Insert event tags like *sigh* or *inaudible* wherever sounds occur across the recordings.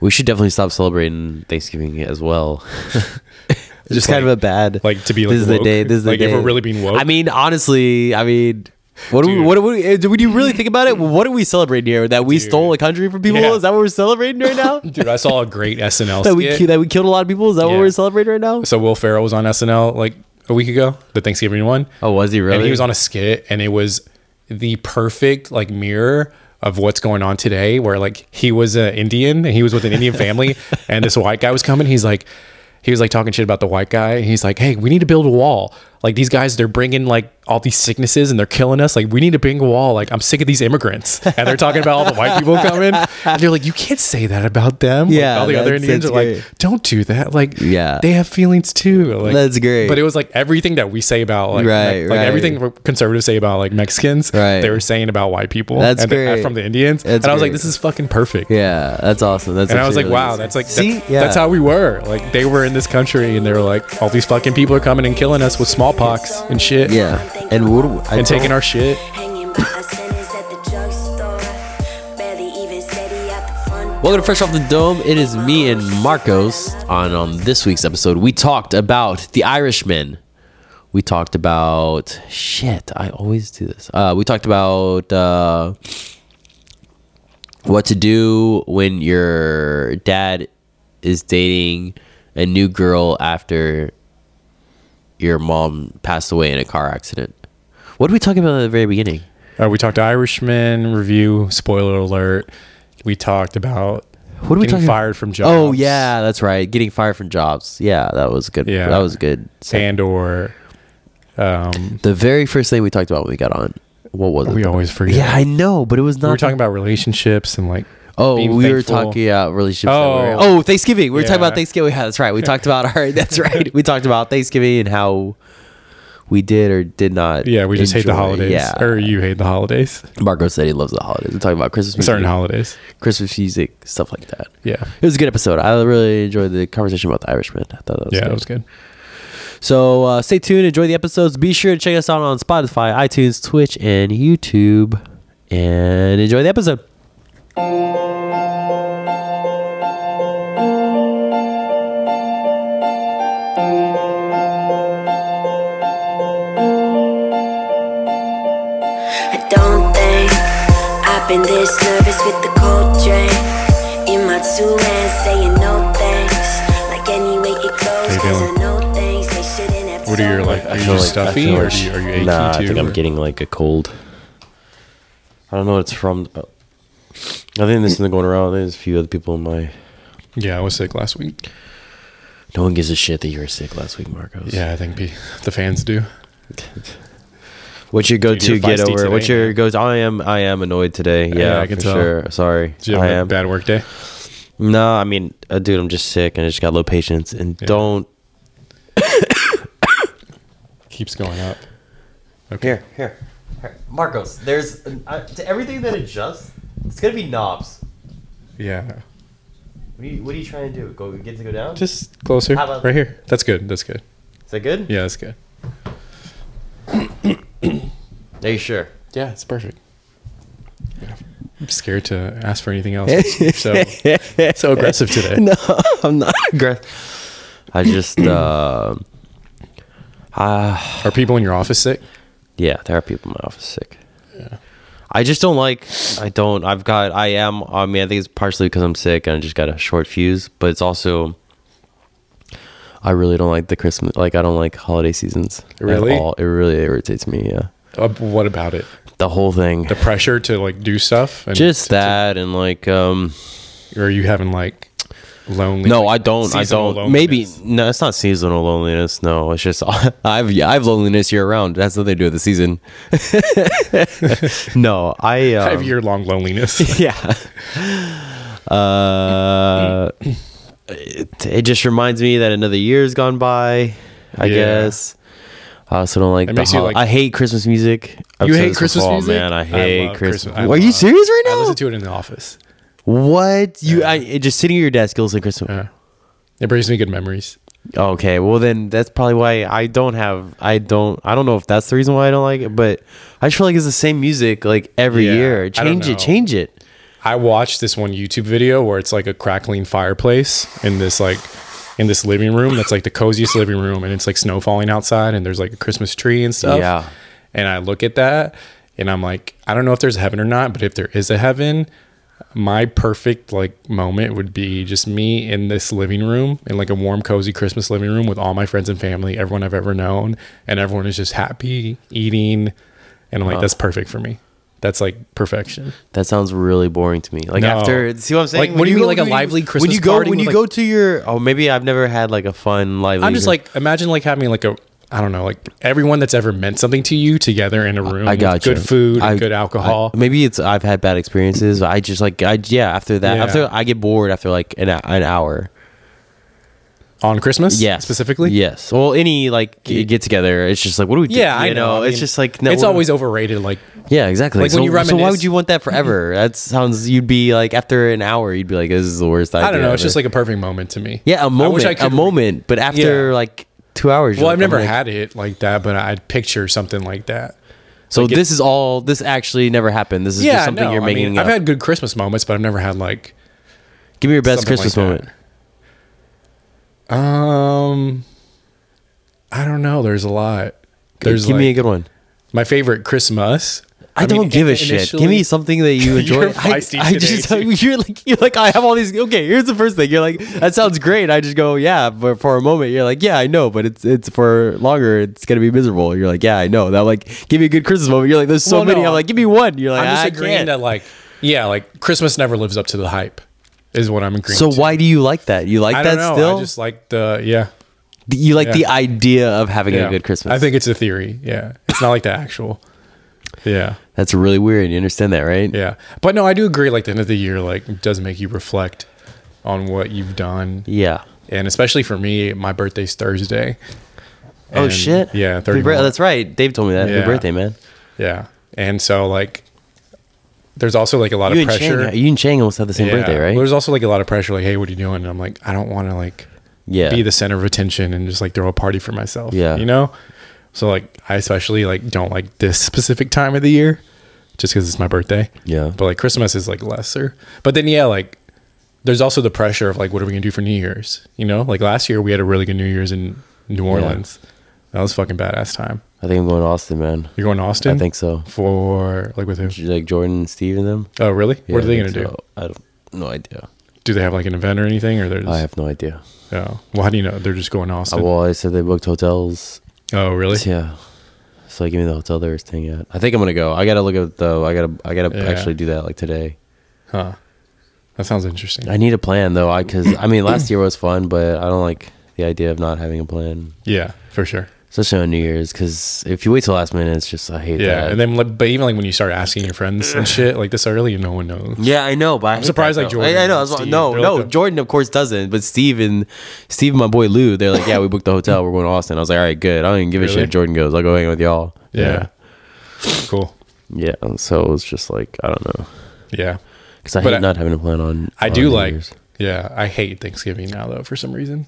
We should definitely stop celebrating Thanksgiving as well. *laughs* Just kind like- of a bad like, to be, like, this is woke? the day. This is the Like, day. if we're really being woke? I mean, honestly, I mean, what do we? Dude. What do we? eh, Do we do you really think about it? What are we celebrating here? That we stole a country from people? Yeah. Is that what we're celebrating right now? *laughs* Dude, I saw a great SNL that we skit. ki- that we killed a lot of people? Is that what Yeah. we're celebrating right now? So Will Ferrell was on SNL like a week ago, the Thanksgiving one. Oh, was he really? And he was on a skit, and it was the perfect like mirror of what's going on today. Where like he was an Indian, and he was with an Indian *laughs* family, and this white guy was coming. He's like, he was like talking shit about the white guy. He's like, hey, we need to build a wall. Like these guys, they're bringing like all these sicknesses and they're killing us. Like we need to bring a wall. Like I'm sick of *laughs* these immigrants, and they're talking about all the white people coming. And they're like, you can't say that about them. Like, Yeah, all the other that's- Indians are that's like, great. don't do that. Like, Yeah. they have feelings too. Like, That's great. But it was like everything that we say about like Right, like, like right. everything conservatives say about like Mexicans, Right. they were saying about white people. That's and the- great. from the Indians, That's and I was like, great. this is fucking perfect. Yeah, that's awesome. That's And I was like, actually really wow, nice. that's like See? that's, Yeah. that's how we were. Like they were in this country, and they were like, all these fucking people are coming and killing us with smallpox and shit. yeah. And what do we- I and taking don't- our shit. Hanging by a sentence at the drugstore. Barely even steady at the front. Welcome to Fresh Off the Dome. It is me and Marcos. On on this week's episode, we talked about The Irishman. We talked about shit. I always do this. Uh, we talked about uh, what to do when your dad is dating a new girl after your mom passed away in a car accident. What did we talk about at the very beginning? Uh, we talked Irishman review. Spoiler alert. We talked about What are we getting talking- fired from jobs. Oh yeah, that's right. Getting fired from jobs. Yeah, that was good. Yeah. that was good. So and or um, the very first thing we talked about when we got on, what was it? we always forget. yeah, I know, but it was not. we were talking about relationships and like Oh, we being were thankful. talking about relationships. Oh. that were- oh, Thanksgiving. We were talking Yeah. about Thanksgiving. Yeah, that's right. *laughs* We talked about our. That's right. We talked about Thanksgiving and how we did or did not. Yeah, we just hate the enjoy. holidays. Er, Yeah, Or you hate the holidays. Marco said he loves the holidays. We're talking about Christmas, music, Certain holidays. Christmas music, stuff like that. Yeah. It was a good episode. I really enjoyed the conversation about the Irishman. I thought that was Yeah, good. that was good. So uh, stay tuned, enjoy the episodes. Be sure to check us out on Spotify, iTunes, Twitch, and YouTube. And enjoy the episode. I don't think I've been this nervous with the cold drink in my two hands, saying no thanks. Like any way it goes, you 'cause I feeling? know things they shouldn't have What are your, told like, me. Are you stuffy or do you- are you achy nah, I too, think or- I'm getting like a cold. I don't know what it's from. I think this is going around. There's a few other people in my. Yeah, I was sick last week. No one gives a shit that you were sick last week, Marcos. Yeah, I think pe- the fans do. *laughs* What's your go-to you're get feisty over? today, What's your go-to? I am. I am annoyed today. Yeah, I can for tell. sure. Sorry. Do you I have a am. bad work day? No, I mean, uh, dude, I'm just sick and I just got low patience and Yeah. don't. Keeps going up. Okay. Here, here, here. Marcos, there's uh, to everything that adjusts. It's gonna be knobs. Yeah. What are you, what are you trying to do? Go get to go down? Just closer. How about- Right here. That's good. That's good. Is that good? Yeah, that's good. Are you sure? Yeah, it's perfect. I'm scared to ask for anything *laughs* else. so so aggressive today. I'm not aggressive. I just, uh, Are people in your office sick? yeah, there are people in my office sick. I just don't like. I don't. I've got. I am. I mean, I think it's partially because I'm sick and I just got a short fuse, but it's also. I really don't like the Christmas. Like, I don't like holiday seasons. at Really? all. It really irritates me. Yeah. Uh, what about it? The whole thing. The pressure to like do stuff and just to- to- that and like um or are you having like lonely? no i don't i seasonal don't maybe loneliness? no it's not seasonal loneliness no it's just *laughs* i've yeah, i've loneliness year round that's nothing to do with the season *laughs* no *laughs* i um, I have year long loneliness. *laughs* yeah. Uh, it, it just reminds me that another year's gone by. I Yeah. guess. I also don't like. It The makes you, hol- like- I hate Christmas music. I've You said hate this Christmas before, music? man. I I hate love Christmas. Christmas- I Are you love- serious right I now? listen to it in the office. what you? I it- just sitting at your desk, you listen to Christmas. Yeah. It brings me good memories. Okay, well then that's probably why I don't have. I don't. I don't know if that's the reason why I don't like it, but I just feel like it's the same music like every Yeah, year. I don't Change it. know. Change it. I watched this one YouTube video where it's like a crackling fireplace in this like in this living room that's like the coziest living room and it's like snow falling outside and there's like a Christmas tree and stuff. Yeah. And I look at that and I'm like, I don't know if there's heaven or not, but if there is a heaven, my perfect like moment would be just me in this living room in like a warm cozy christmas living room with all my friends and family everyone i've ever known and everyone is just happy eating and i'm like that's perfect for me that's like perfection That sounds really boring to me. Like No. after, see what I'm saying? Like, When what do you mean, go like a to- lively When Christmas you go, party when with, you like- go to your, oh, maybe I've never had like a fun lively. i'm just like imagine like having like a i don't know like everyone that's ever meant something to you together in a room I with got good food and good alcohol maybe it's I've had bad experiences. I just like I yeah. After that, Yeah. after I get bored after like an an hour. on christmas Yes, specifically Yes. Well, any like get together, it's just like what do we? do? yeah, I You know. I it's mean, just like no. it's we're- always overrated. Like yeah, exactly. like, so, when you so why reminisce- would you want that *laughs* forever? That sounds you'd be like after an hour, you'd be like, this is the worst idea. I don't know. It's ever. just like a perfect moment to me. Yeah, a I wish moment. I a could- moment. But after Yeah. like two hours. Well, you're I've like, oh I'm never like- had it like that, but I'd picture something like that. So it- this is all. This actually never happened. This is just something no, you're I making mean, up. I've had good Christmas moments, but I've never had like Give me your best something like Christmas moment. that. Um, I don't know. There's a lot. There's Give me a like, good one. my favorite Christmas. I, mean, don't give a in- shit. Give initially- me something that you enjoy. *laughs* You're I, feisty I today, just too. *laughs* you're like you're like I have all these. Okay, here's the first thing. You're like that sounds great. I just go yeah, but for a moment you're like yeah I know, but it's it's for longer. It's gonna be miserable. You're like yeah I know. That like give me a good Christmas moment. You're like there's so Well, many. no, I'm like give me one. You're like "Ah, I'm just I agreeing can't. that like yeah, like Christmas never lives up to the hype. Is what I'm agreeing. So to. why do you like that? You like I that don't know. still? I just like the yeah. you like yeah. the idea of having yeah. a good Christmas. I think it's a theory. Yeah, it's not like the actual. *laughs* Yeah. that's really weird. You understand that, right? Yeah. But no, I do agree like the end of the year like it does make you reflect on what you've done. Yeah. And especially for me, my birthday's Thursday. Oh And- shit. Yeah, Happy bir- 31. That's right. Dave told me that. Happy Yeah. birthday, man. Yeah. And so like there's also like a lot You and of pressure. Chang, you and Chang almost had the same Yeah. birthday, right? There's also like a lot of pressure like hey, what are you doing? And I'm like I don't want to like Yeah. be the center of attention and just like throw a party for myself. Yeah. You know? So like I especially like don't like this specific time of the year just because it's my birthday. Yeah. But like Christmas is like lesser. But then yeah, like there's also the pressure of like what are we gonna do for New Year's? You know? Like last year we had a really good New Year's in New Orleans. That was fucking badass time. I think I'm going to Austin, man. You're going to Austin? I think so. For like with who? Like Jordan and Steve and them. Oh really? Yeah, what are I they gonna think do? so. I don't. No idea. Do they have like an event or anything or they're just I have no idea. oh. well how do you know? They're just going to Uh, Austin. well, I said they booked hotels. oh really? Yeah. So give me the hotel they were staying at. I think I'm gonna go. I gotta look at though. I gotta. I gotta Yeah. actually do that like today. Huh. That sounds interesting. I need a plan though. I because I mean last year was fun, but I don't like the idea of not having a plan, Yeah, for sure. especially on New Year's. Because if you wait till last minute, it's just I hate Yeah, that. and then like, but even like when you start asking your friends and shit like this early, no one knows. Yeah, I know, but I hate surprised, that, like, though. Jordan I, I know. and that's why- Steve, no, they're no, like the- Jordan of course doesn't. But Steve and Steve, and my boy Lou, they're like, yeah, we booked the hotel. We're going to Austin. I was like, all right, good. I don't even give a Really? shit. if Jordan goes. I'll go hang with y'all. Yeah. Cool. yeah. and So it was just like I don't know Yeah. because I But hate I- not having a plan on. I do like yeah, I hate Thanksgiving now though for some reason.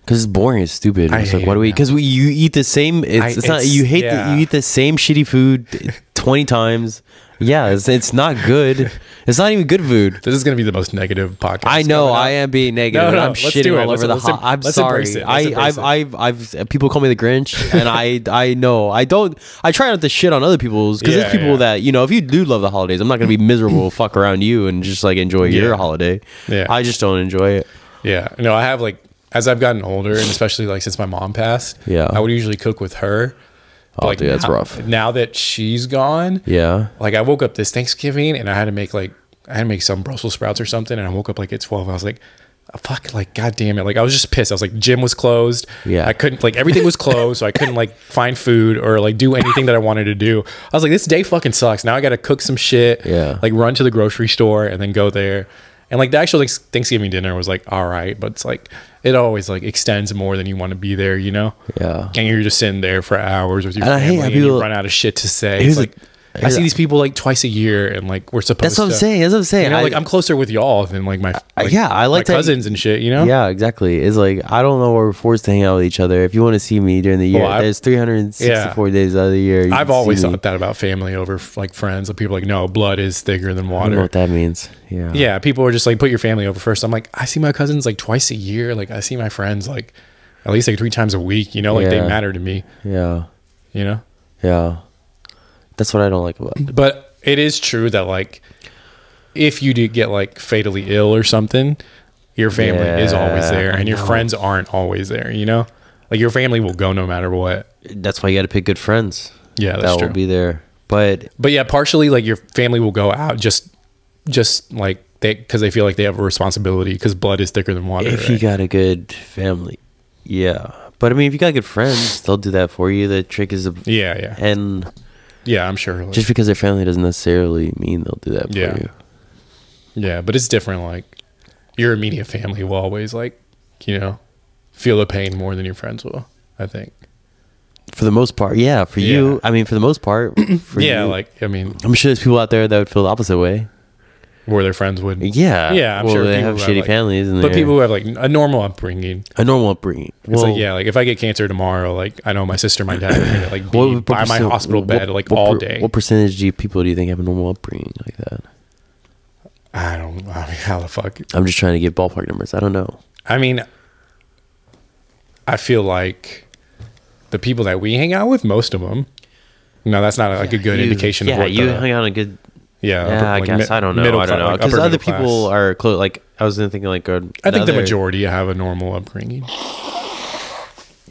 because it's boring. It's stupid. I It's like hate what do it we? now. Because we you eat the same. It's, I- it's, not it's- you hate yeah. the, you eat the same shitty food twenty times. Yeah, it's, it's not good. It's not even good food. This is gonna be the most negative podcast. I know coming up. I am being negative. No, and no, I'm let's shitting do it. all over Let's- the let's hot. em- I'm let's sorry. embrace it. Let's I, embrace I've, it. I've, I've, people call me the Grinch, *laughs* and I, I know I don't. I try not to shit on other people's because Yeah, there's people yeah. that you know. If you do love the holidays, I'm not gonna be miserable, fuck around you, and just like enjoy your Yeah. holiday. Yeah. I just don't enjoy it. Yeah. No, I have like as I've gotten older and especially like since my mom passed, Yeah. I would usually cook with her. Oh, dude, that's now- rough. Now that she's gone, Yeah. like I woke up this Thanksgiving and I had to make like I had to make some Brussels sprouts or something and I woke up like at twelve. I was like, "Oh, fuck, like god damn it. Like I was just pissed. I was like, gym was closed. Yeah. I couldn't like everything was closed, so I *laughs* couldn't like find food or like do anything that I wanted to do. I was like, this day fucking sucks. Now I gotta cook some shit. Yeah. Like run to the grocery store and then go there. And like the actual like, Thanksgiving dinner was like all right, but it's like it always like extends more than you want to be there, you know? Yeah. And you're just sitting there for hours with your And I hate family how and you people- run out of shit to say. Here's It's the- like I see these people like twice a year, and like we're supposed. That's what I'm to- saying. That's what I'm saying. You know, I- like I'm closer with y'all than like my Uh, yeah, I like my that- cousins and shit. You know, Yeah, exactly. It's like I don't know where we're forced to hang out with each other. If you want to see me during the year, Well, Oh, I- there's 364 days out of the year. you I've can always see me. thought that about family over like friends. Like people are like no, blood is thicker than I don't know water. what that means. Yeah. Yeah, people are just like put your family over first. I'm like I see my cousins like twice a year. Like I see my friends like at least like three times a week. You know, like they Yeah. matter to me. Yeah. You know, Yeah. That's what I don't like about. but it is true that like if you do get like fatally ill or something your family is always Yeah, there I and your know. friends aren't always there you know like your family will go no matter what That's why you got to pick good friends. Yeah, that's that true. will be there. But but yeah partially like your family will go out just just like they because they feel like they have a responsibility because blood is thicker than water if you right? got a good family, yeah. But I mean, if you got good friends, they'll do that for you. The trick is, yeah yeah and yeah i'm sure like- just because they're family doesn't necessarily mean they'll do that for Yeah. you. yeah but it's different like your immediate family will always like you know feel the pain more than your friends will i think For the most part, yeah. For Yeah. you, I mean, for the most part, for yeah you, like i mean I'm sure there's people out there that would feel the opposite way. where their friends would Yeah, Yeah, I'm well, sure they people have who shitty like- families, and but they're- people who have like a normal upbringing. a normal upbringing. It's like yeah, like if I get cancer tomorrow, like I know my sister, my dad are gonna like be by my percent- hospital what- bed like what all per- day. What percentage do you, people do you think have a normal upbringing like that? I don't. I mean, how the fuck? I'm just trying to give ballpark numbers. I don't know. I mean, I feel like the people that we hang out with, most of them. No, that's not like a good You- indication Yeah, of what you the, hung out on a good. yeah. Yeah, upper- I like, guess mi- I don't know. middle I don't cla- know like, because upper other middle class. people are close. Like I was thinking, like a, I think the another- majority have a normal upbringing.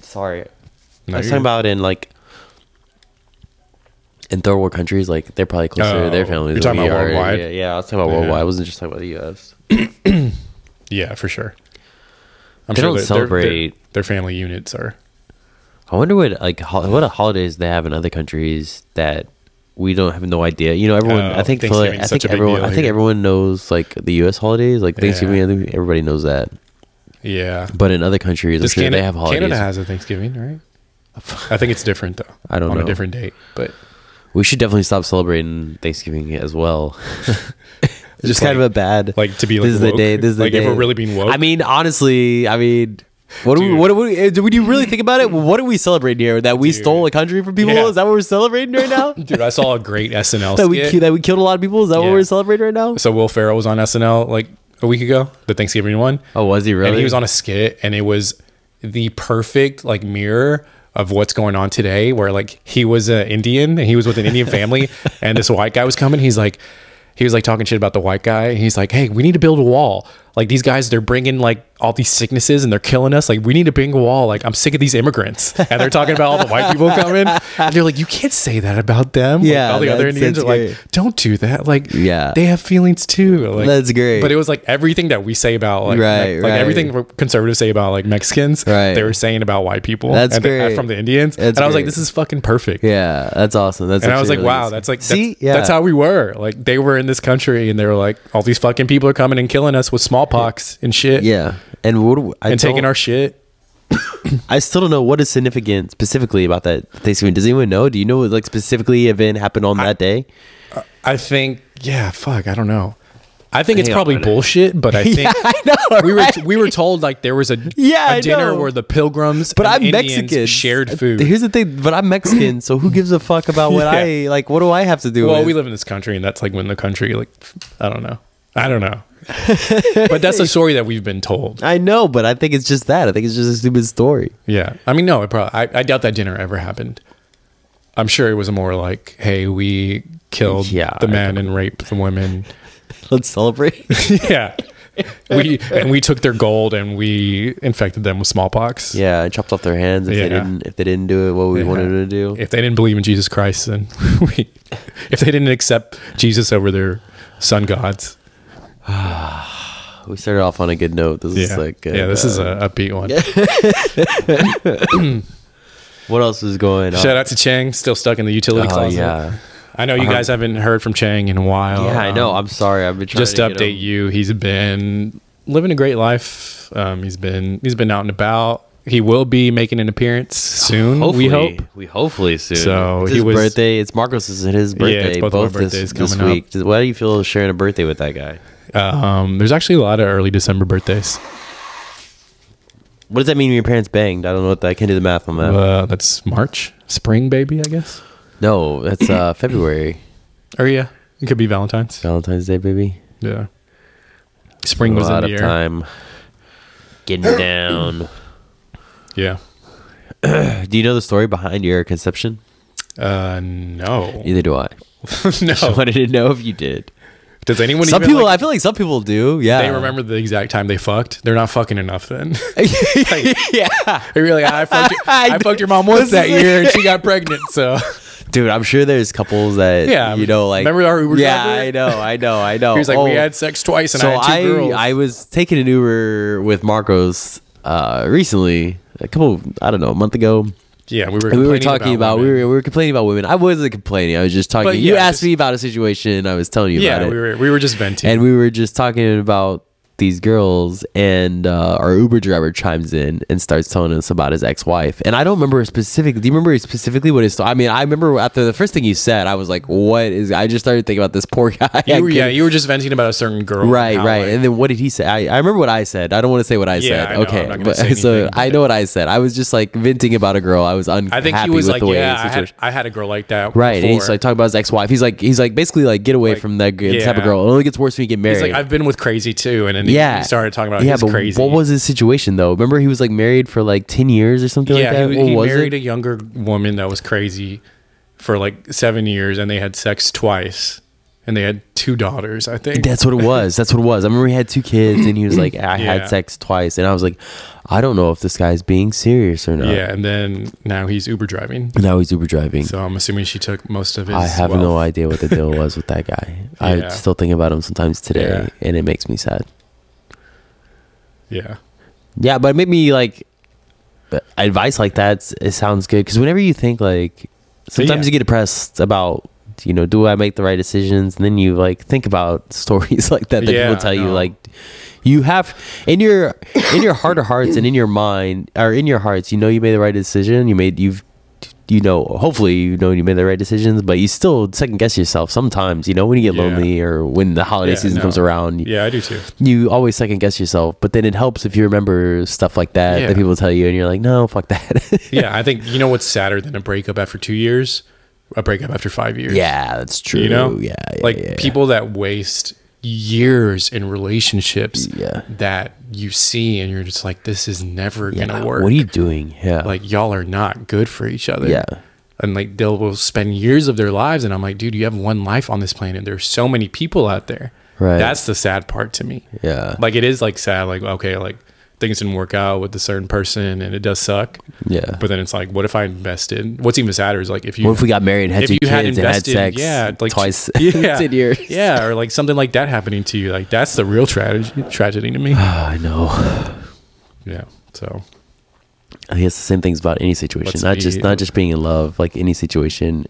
Sorry, No, I was you're- talking about in like in third world countries, like they're probably closer to Oh, their families. you're than talking we about are. worldwide? Yeah, yeah, I was talking about Yeah. worldwide. I wasn't just talking about the U.S. yeah, for sure. I'm They don't that their- their- celebrate- their family units are. I wonder what like ho- what holidays they have in other countries that we don't have no idea. You know, everyone. Oh, I think for, Thanksgiving's I such think a big everyone. deal I think here. everyone knows like the U.S. holidays, like Thanksgiving. Yeah. I think everybody knows that. Yeah, But in other countries, I'm Does sure Canada, they have holidays. Canada has a Thanksgiving, right? I think it's different though. I don't on a know. different date, but we should definitely stop celebrating Thanksgiving as *laughs* well. It's Just just kind like- of a bad. like, to be, like, this is woke? the day. This is the Like, if day. we're really being woke? I mean, honestly, I mean. What do we, Dude. what do we, eh, do we- do you really think about *laughs* it? What are we celebrating here? That we stole a country from people? Yeah. Is that what we're celebrating right *laughs* now? dude, I saw a great SNL *laughs* that we skit. ki- that we killed a lot of people. Is that Yeah. what we're celebrating right now? so Will Ferrell was on SNL like a week ago, the Thanksgiving one, Oh, was he really? and he was on a skit, and it was the perfect like mirror of what's going on today. Where like he was an Indian, and he was with an *laughs* Indian family, and this white guy was coming. He's like. He was like talking shit about the white guy. He's like, "Hey, we need to build a wall. Like these guys, they're bringing like all these sicknesses and they're killing us. Like we need to bring a wall. Like I'm sick of these immigrants." And they're talking about all the white people coming. And they're like, "You can't say that about them." Like, Yeah, all the other that's- Indians are that's like, great. don't do that. Like, Yeah. they have feelings too. Like, That's great. But it was like everything that we say about like, Right, like right. everything conservatives say about like Mexicans, Right. they were saying about white people. That's and the- great. from the Indians. That's and I was like, great. this is fucking perfect. yeah, that's awesome. That's And I was like, actually really wow, awesome. that's like, that's, see, yeah, that's how we were. Like, they were in this country and they were like, all these fucking people are coming and killing us with smallpox and shit. yeah. And what do we- I And taking don't- our shit. I still don't know what is significant specifically about that Thanksgiving. Does anyone know? Do you know what like specifically event happened on that day? I think, yeah, fuck, I don't know. I think it's Hang on probably a minute. bullshit, *laughs* but I think know. we were we were told like there was a Yeah, a I dinner know. where the pilgrims But and I'm Indians Mexican. Uh, shared food. Here's the thing, but I'm Mexican, so who gives a fuck about what *laughs* Yeah. I like? What do I have to do? well, with? we live in this country, and that's like when the country like I don't know, I don't know. *laughs* *laughs* but that's a story that we've been told. I know, but I think it's just that. I think it's just a stupid story. Yeah, I mean, no, it probably I, I doubt that dinner ever happened. I'm sure it was more like, hey, we killed Yeah, the I men and raped *laughs* the women. Let's celebrate. yeah. We and we took their gold and we infected them with smallpox. yeah, I chopped off their hands if Yeah. they didn't if they didn't do it what we wanted them to do. if they didn't believe in Jesus Christ, then *laughs* we, if they didn't accept Jesus over their sun gods, We started off on a good note. This yeah, is like yeah, this uh, is a upbeat one. what else is going on? Shout out to Chang, still stuck in the utility Oh, closet. yeah. Uh-huh. I know you guys haven't heard from Chang in a while. Yeah, I Um, know. I'm sorry. I've been trying just to to get update him- you, he's been living a great life. Um, he's been he's been out and about. he will be making an appearance soon. Hopefully, We hope. We hopefully soon. So, it's he his was- birthday. It's Marcos's and his birthday. it's both both of our this, birthdays this coming up. week. Why do you feel sharing a birthday with that guy? Um, there's actually a lot of early December birthdays. What does that mean? when Your parents banged. I don't know what that. I can't do the math on that. Uh, that's March, spring, baby, I guess. no, that's uh, *coughs* February. Or yeah, it could be Valentine's. Valentine's Day, baby. Yeah, spring a was in lot the of air. time getting down. Yeah. Do you know the story behind your conception? Uh, *laughs* no, Neither do I. I *laughs* no. *laughs* wanted to know if you did. Does anyone? Some Oh. even, people, I like, feel like some people do. Yeah, *laughs* they remember the exact time they fucked. They're not fucking enough then. *laughs* yeah, They're really, I *laughs* fucked, your, I fucked your mom once that year and she got pregnant. So dude, I'm sure there's couples that Yeah, you know, like remember our Uber Yeah, driver? I know, I know, I know. *laughs* he was like, Oh, we had sex twice and so I had two girls. I, I was taking an Uber with Marcos uh, recently, a couple, I don't know, a month ago. yeah, we were, And we were complaining talking about, we, women. were, we were complaining about women. I wasn't complaining. I was just talking. But you yeah, asked just- me about a situation. I was telling you about yeah, it. we were, we were just venting. and we were just talking about these girls and uh, our uber driver chimes in and starts telling us about his ex-wife and i don't remember specifically do you remember specifically what his i mean i remember after the first thing you said i was like what is i just started thinking about this poor *laughs* guy you were, yeah, you were just venting about a certain girl. and right how, right like, and then what did he say I, I remember what i said i don't want to say what i Yeah, said I know. okay I'm not gonna but, *laughs* say so anything. i know what i said i was just like venting about a girl i was unhappy I think he was with like, the way yeah, the I had, situation- I had a girl like that. Right, and he's before." like talking about his ex-wife. He's like, he's like, basically like, get away Like, from that g- type of yeah. girl. It only gets worse when you get married. He's like, I've been with crazy too. And then he- yeah. he started talking about he's crazy. What was his situation though? Remember, he was like married for like ten years or something like yeah, that. he, what he was married it? a younger woman that was crazy for like seven years, and they had sex twice, and they had two daughters, I think. That's what it was. That's what it was. I remember he had two kids, and he was like, I Yeah. had sex twice, and I was like, I don't know if this guy's being serious or not. yeah, and then now he's Uber driving. Now he's Uber driving. So I'm assuming she took most of his. I have wealth. no idea what the deal was with that *laughs* guy. I Yeah. still think about him sometimes today, Yeah. and it makes me sad. Yeah, Yeah, but it made me like advice like that. It sounds good because whenever you think like, sometimes yeah. you get depressed about you know, do I make the right decisions? And then you like think about *laughs* stories like that that Yeah, people tell I you know. like you have in your in your heart of hearts and in your mind or in your hearts, you know you made the right decision. You made you've you know hopefully you know you made the right decisions, but you still second guess yourself sometimes. You know when you get Yeah. lonely or when the holiday Yeah, season no. comes around, you- yeah, I do too. you always second guess yourself, but then it helps if you remember stuff like that Yeah. that people tell you, and you're like, no, fuck that. *laughs* Yeah, I think you know what's sadder than a breakup after two years, a breakup after five *laughs* years. yeah, that's true. you know, yeah, yeah, like yeah. people that waste years in relationships Yeah. that you see, and you're just like, this is never Yeah, gonna work. What are you doing? Yeah, like y'all are not good for each other. Oh. Yeah. And like they'll will spend years of their lives and I'm like, dude, you have one life on this planet. There's so many people out there. Right. That's the sad part to me. Yeah. Like it is like sad, like, okay, like things didn't work out with a certain person and it does suck. Yeah. But then it's like, what if I invested? What's even sadder is like if you what if we got married, and had if two you kids, had and had invested sex, yeah, *laughs* like twice, *laughs* yeah, ten years. Yeah, or like something like that happening to you. Like that's the real tragedy tragedy *sighs* to me. Ah, I know. yeah. So I think it's the same things about any situation, Let's not be- just not just being in love, like any situation.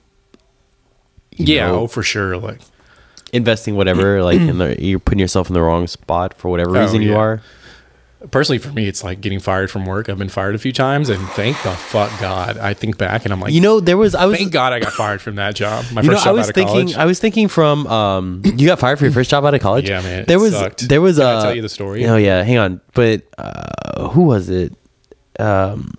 you Yeah, know, oh for sure. Like investing whatever, like *clears throat* in the, you're putting yourself in the wrong spot for whatever Oh, reason you yeah. are. personally for me it's like getting fired from work i've been fired a few times and thank the fuck god i think back and i'm like You know, there was I was thank god i got fired from that job my You know, first I job was out of thinking. uh, college I was thinking from. Um, you got fired for your first job out of college. Yeah, man, it There was. sucked. There was. Can I uh, tell you the story? Oh yeah, hang on. But uh, who was it? Um,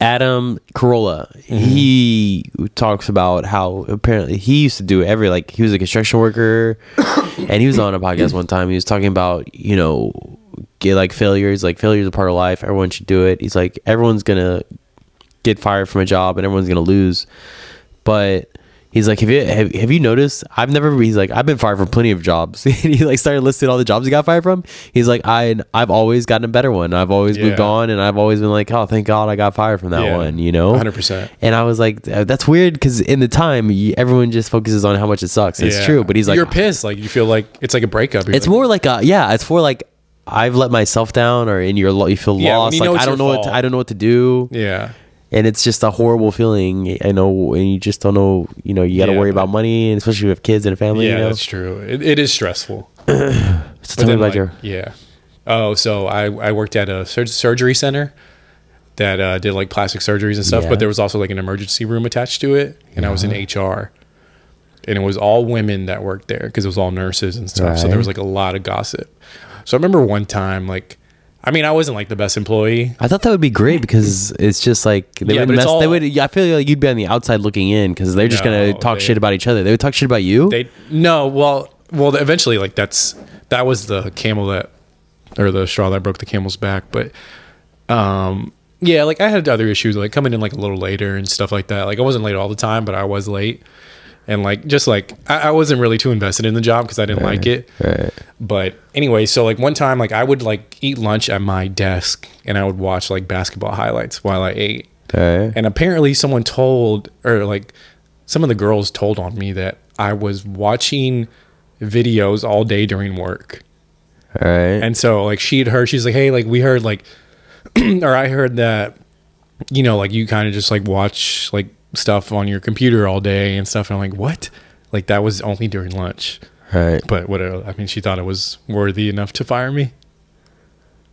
Adam Carolla. Mm-hmm. He talks about how apparently he used to do every like he was a construction worker, *coughs* and he was on a podcast one time. He was talking about you know get like failures, like failures are part of life. Everyone should do it. He's like everyone's gonna get fired from a job and everyone's gonna lose. But he's like, have you have, have you noticed? I've never. He's like, I've been fired from plenty of jobs. *laughs* and he like started listing all the jobs he got fired from. He's like, I I've always gotten a better one. I've always moved Yeah. on, and I've always been like, oh, thank God I got fired from that Yeah. one. You know, 100%. And I was like, "Uh, that's weird because in the time, y- everyone just focuses on how much it sucks. It's Yeah. true, but he's like, you're pissed like you feel like it's like a breakup You're it's like, more like a yeah. It's for like. I've let myself down, or in your lo- you feel Yeah, when lost. you know like it's I don't know your what to, fault. I don't know what to do yeah and it's just a horrible feeling i know and you just don't know you know you got to Yeah. worry about money and especially with kids and a family yeah you know that's true it, it is stressful so tell me then, about like, your yeah oh so i i worked at a sur- surgery center that uh, did like plastic surgeries and stuff, Yeah. but there was also like an emergency room attached to it, and I was in HR, and it was all women that worked there because it was all nurses and stuff. So there Right. was like a lot of gossip. So I remember one time, like, I mean, I wasn't like the best employee. I thought that would be *laughs* great because it's just like they Yeah, would but it's mess. they all- would. I feel like you'd be on the outside looking in because they're just No, gonna talk they- shit about each other. They would talk shit about you. They no, well, well, eventually, like that's that was the camel that or the straw that broke the camel's back, but um yeah like i had other issues like coming in like a little later and stuff like that like i wasn't late all the time but i was late and like just like i, I wasn't really too invested in the job because i didn't like it right. but anyway so like one time like i would like eat lunch at my desk and i would watch like basketball highlights while i ate Alright. and apparently someone told or like some of the girls told on me that i was watching videos all day during work All right. and so like she'd heard, she's like, hey, like we heard like, *clears throat* or I heard that, you know, like you kind of just like watch like stuff on your computer all day and stuff. And I'm like, what? Like that was only during lunch. All right. But what? I mean, she thought it was worthy enough to fire me.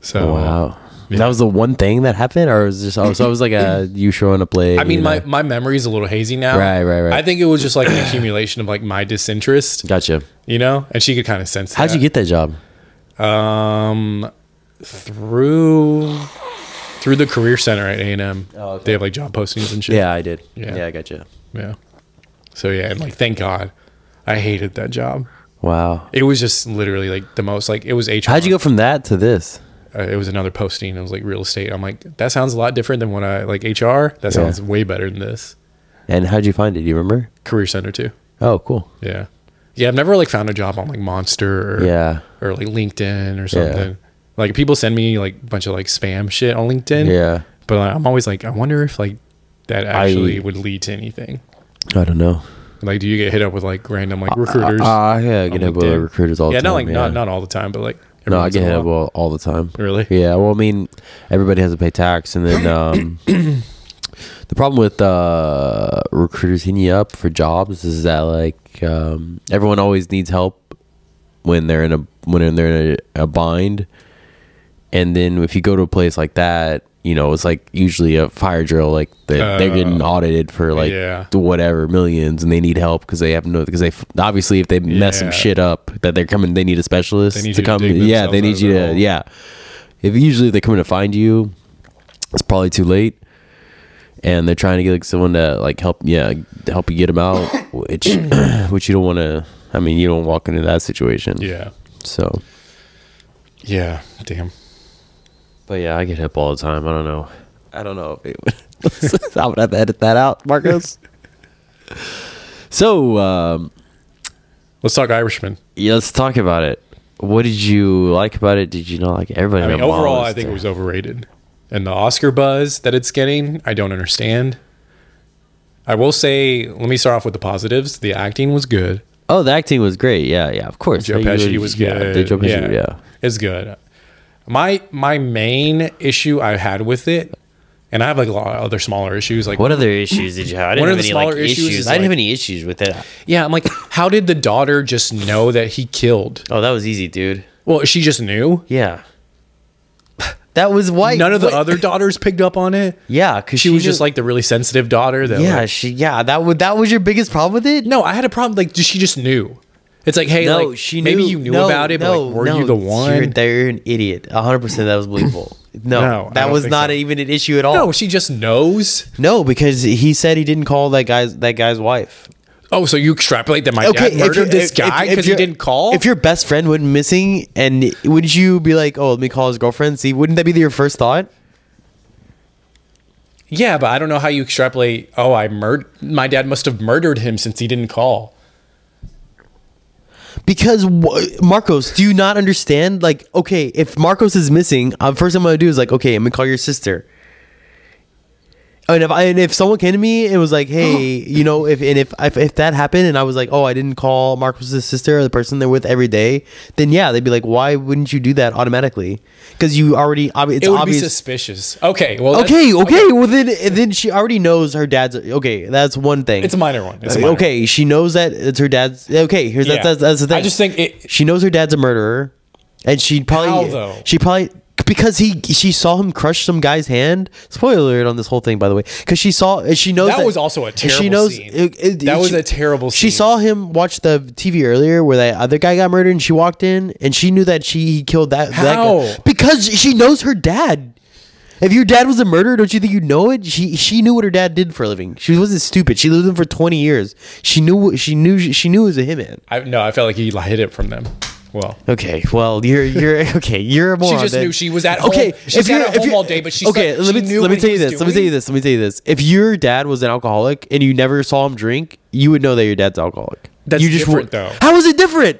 So Wow. Oh, Yeah. That was the one thing that happened, or was just oh, so it was like *laughs* a you showing up late. I mean, you my know? my memory's a little hazy now. Right, right, right. I think it was *clears throat* just like an accumulation of like my disinterest, gotcha. you know. And she could kind of sense. How'd that. you get that job? Um, through through the career center at A and M. Oh, okay. They have like job postings and shit. Yeah, I did. Yeah. Yeah, I gotcha. yeah. So yeah, and like thank God, I hated that job. Wow. It was just literally like the most like it was HR. How'd you go from that to this? Uh, it was another posting. It was like real estate. I'm like that sounds a lot different than what I like HR. That sounds way better than this And how'd you find it? Do you remember? career center too. Oh, cool. Yeah. Yeah, I've never like found a job on like Monster or Yeah. or like LinkedIn or something. Like people send me like a bunch of like spam shit on LinkedIn. Yeah. But I'm always like, I wonder if like that actually would lead to anything. I don't know. Like, do you get hit up with like random like recruiters? Ah, yeah, I get on hit up with LinkedIn? recruiters all yeah, the time. not like yeah, not not all the time, but like No, I every get once in hit a up while. all, all the time. Really? Yeah. Well, I mean, everybody has to pay tax, and *coughs* then um, the problem with uh, recruiters hitting you up for jobs is that like um, everyone always needs help when they're in a when they're in a, a bind, and then if you go to a place like that. You know, it's like usually a fire drill. Like they they're getting audited for like Oh. yeah. the whatever millions, and they need help because they have no because they f- obviously if they mess some Yeah. shit up that they're coming, they need a specialist They need to you to come. dig yeah, themselves they out need of you their to. hole. Yeah, if usually they come in to find you, it's probably too late, and they're trying to get like someone to like help. Yeah, to help you get them *coughs* out, which *coughs* which you don't want to. I mean, you don't walk into that situation. Yeah. So, Yeah. Damn. but yeah, I get hip all the time. I don't know. I don't know. If it, I would *laughs* have to edit that out, *laughs* Marcos. so, um, Let's talk Irishman. yeah, let's talk about it. What did you like about it? Did you not like it? everybody? I mean, involved overall, I is think it there. was overrated, and the Oscar buzz that it's getting, I don't understand. I will say, let me start off with the positives. The acting was good. Oh, the acting was great. Yeah, yeah, of course. Joe Yeah, you Pesci would- was good. yeah, the Joe Pesci, yeah. It's good. My my main issue I had with it, and I have like a lot of other smaller issues. Like, What other issues did you have? I didn't One have of the any like, smaller issues issues. is, I didn't have like- any issues with it. yeah, I'm like, how did the daughter just know that he killed? Oh, that was easy, dude. Well, she just knew. Yeah. *laughs* That was white. None of the what- *laughs* other daughters picked up on it. Yeah, because She was just like the really sensitive daughter. That yeah, like- she, yeah. That was that was your biggest problem with it. no, I had a problem. Like, she just knew. It's like, hey, no, like, she maybe knew- you knew no, about it, but no, like, were no, you the You're, one? they're an idiot. 100. percent That was believable. *clears throat* No, No, I that don't was think not so. even an issue at all. No, she just knows. No, because he said he didn't call that guy's that guy's wife. Oh, so you extrapolate that my okay, dad if murdered you- this if- guy if- if because he your- didn't call? If your best friend went missing, and would you be like, "Oh, let me call his girlfriend"? See, wouldn't that be your first thought? Yeah, but I don't know how you extrapolate. Oh, I murd. My dad must have murdered him since he didn't call. Because wha- Marcos, do you not understand? Like, okay, if Marcos is missing, uh, first I'm gonna do is like, okay, I'm gonna call your sister. And if I, and if someone came to me and was like, *gasps* hey, you know, if and if, if if that happened and I was like, oh, I didn't call Marcos's sister or the person they're with every day, then yeah, they'd be like, why wouldn't you do that automatically? Because you already, obvi- it's It would obvious. be suspicious. Okay, well, that's- Okay, okay, Well, then, then she already knows her dad's. Okay, that's one thing. It's a minor one. It's a Uh, minor okay, she knows that it's her dad's. Okay, here's Yeah. that, that's, that's the thing. I just think it- she knows her dad's a murderer, and she probably How, though? she probably because he she saw him crush some guy's hand. Spoiler alert on this whole thing, by the way, because she saw and she knows That was also a terrible scene. That was a terrible She scene. saw him watch the TV earlier where that other guy got murdered, and she walked in and she knew that she he killed that. that guy. How? because she knows her dad. If your dad was a murderer, don't you think you know it? She she knew what her dad did for a living. She wasn't stupid. She lived with him for twenty years. She knew what- she knew she knew it was a hitman. I, no, I felt like he hid it from them. Well, Okay, well, you're you're *laughs* okay. You're a moron. just then. knew she was at home. if She's at you're- her if home you're- all day, but she okay. slept- let me she knew let me what tell he you was this. Let me tell you doing. this. Let me tell you this. If your dad was an alcoholic and you never saw him drink, you would know that your dad's alcoholic. That's you just different, wou- though. How is it different?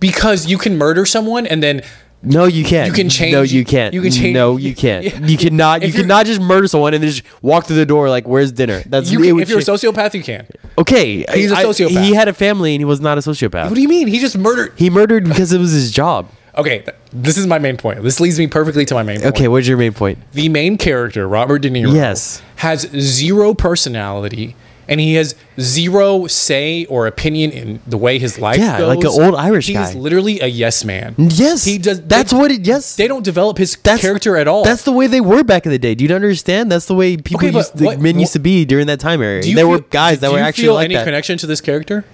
because you can murder someone and then No, you can't. You can change- No, you can't. you can change- No, you can't. *laughs* Yeah. You cannot. If You you're- cannot just murder someone and then just walk through the door like, "Where's dinner?" That's you it can, would if you're a cha- sociopath, you can. Okay, He's a I- sociopath. he had a family and he was not a sociopath. What do you mean? He just murdered. he murdered because it was his job. Okay, th- this is my main point. This leads me perfectly to my main point. Okay, what's your main point? the main character, Robert De Niro, Yes. has zero personality and he has zero say or opinion in the way his life Yeah, goes. like an old Irish He is guy. literally a yes man. Yes, He does That's they- what it. Yes, they don't develop his character at all. That's the way they were back in the day. Do you understand? That's the way people Okay, but used, the what- men used what- to be during that time era. Do you There were feel- guys that do were you actually feel like any that. connection to this character?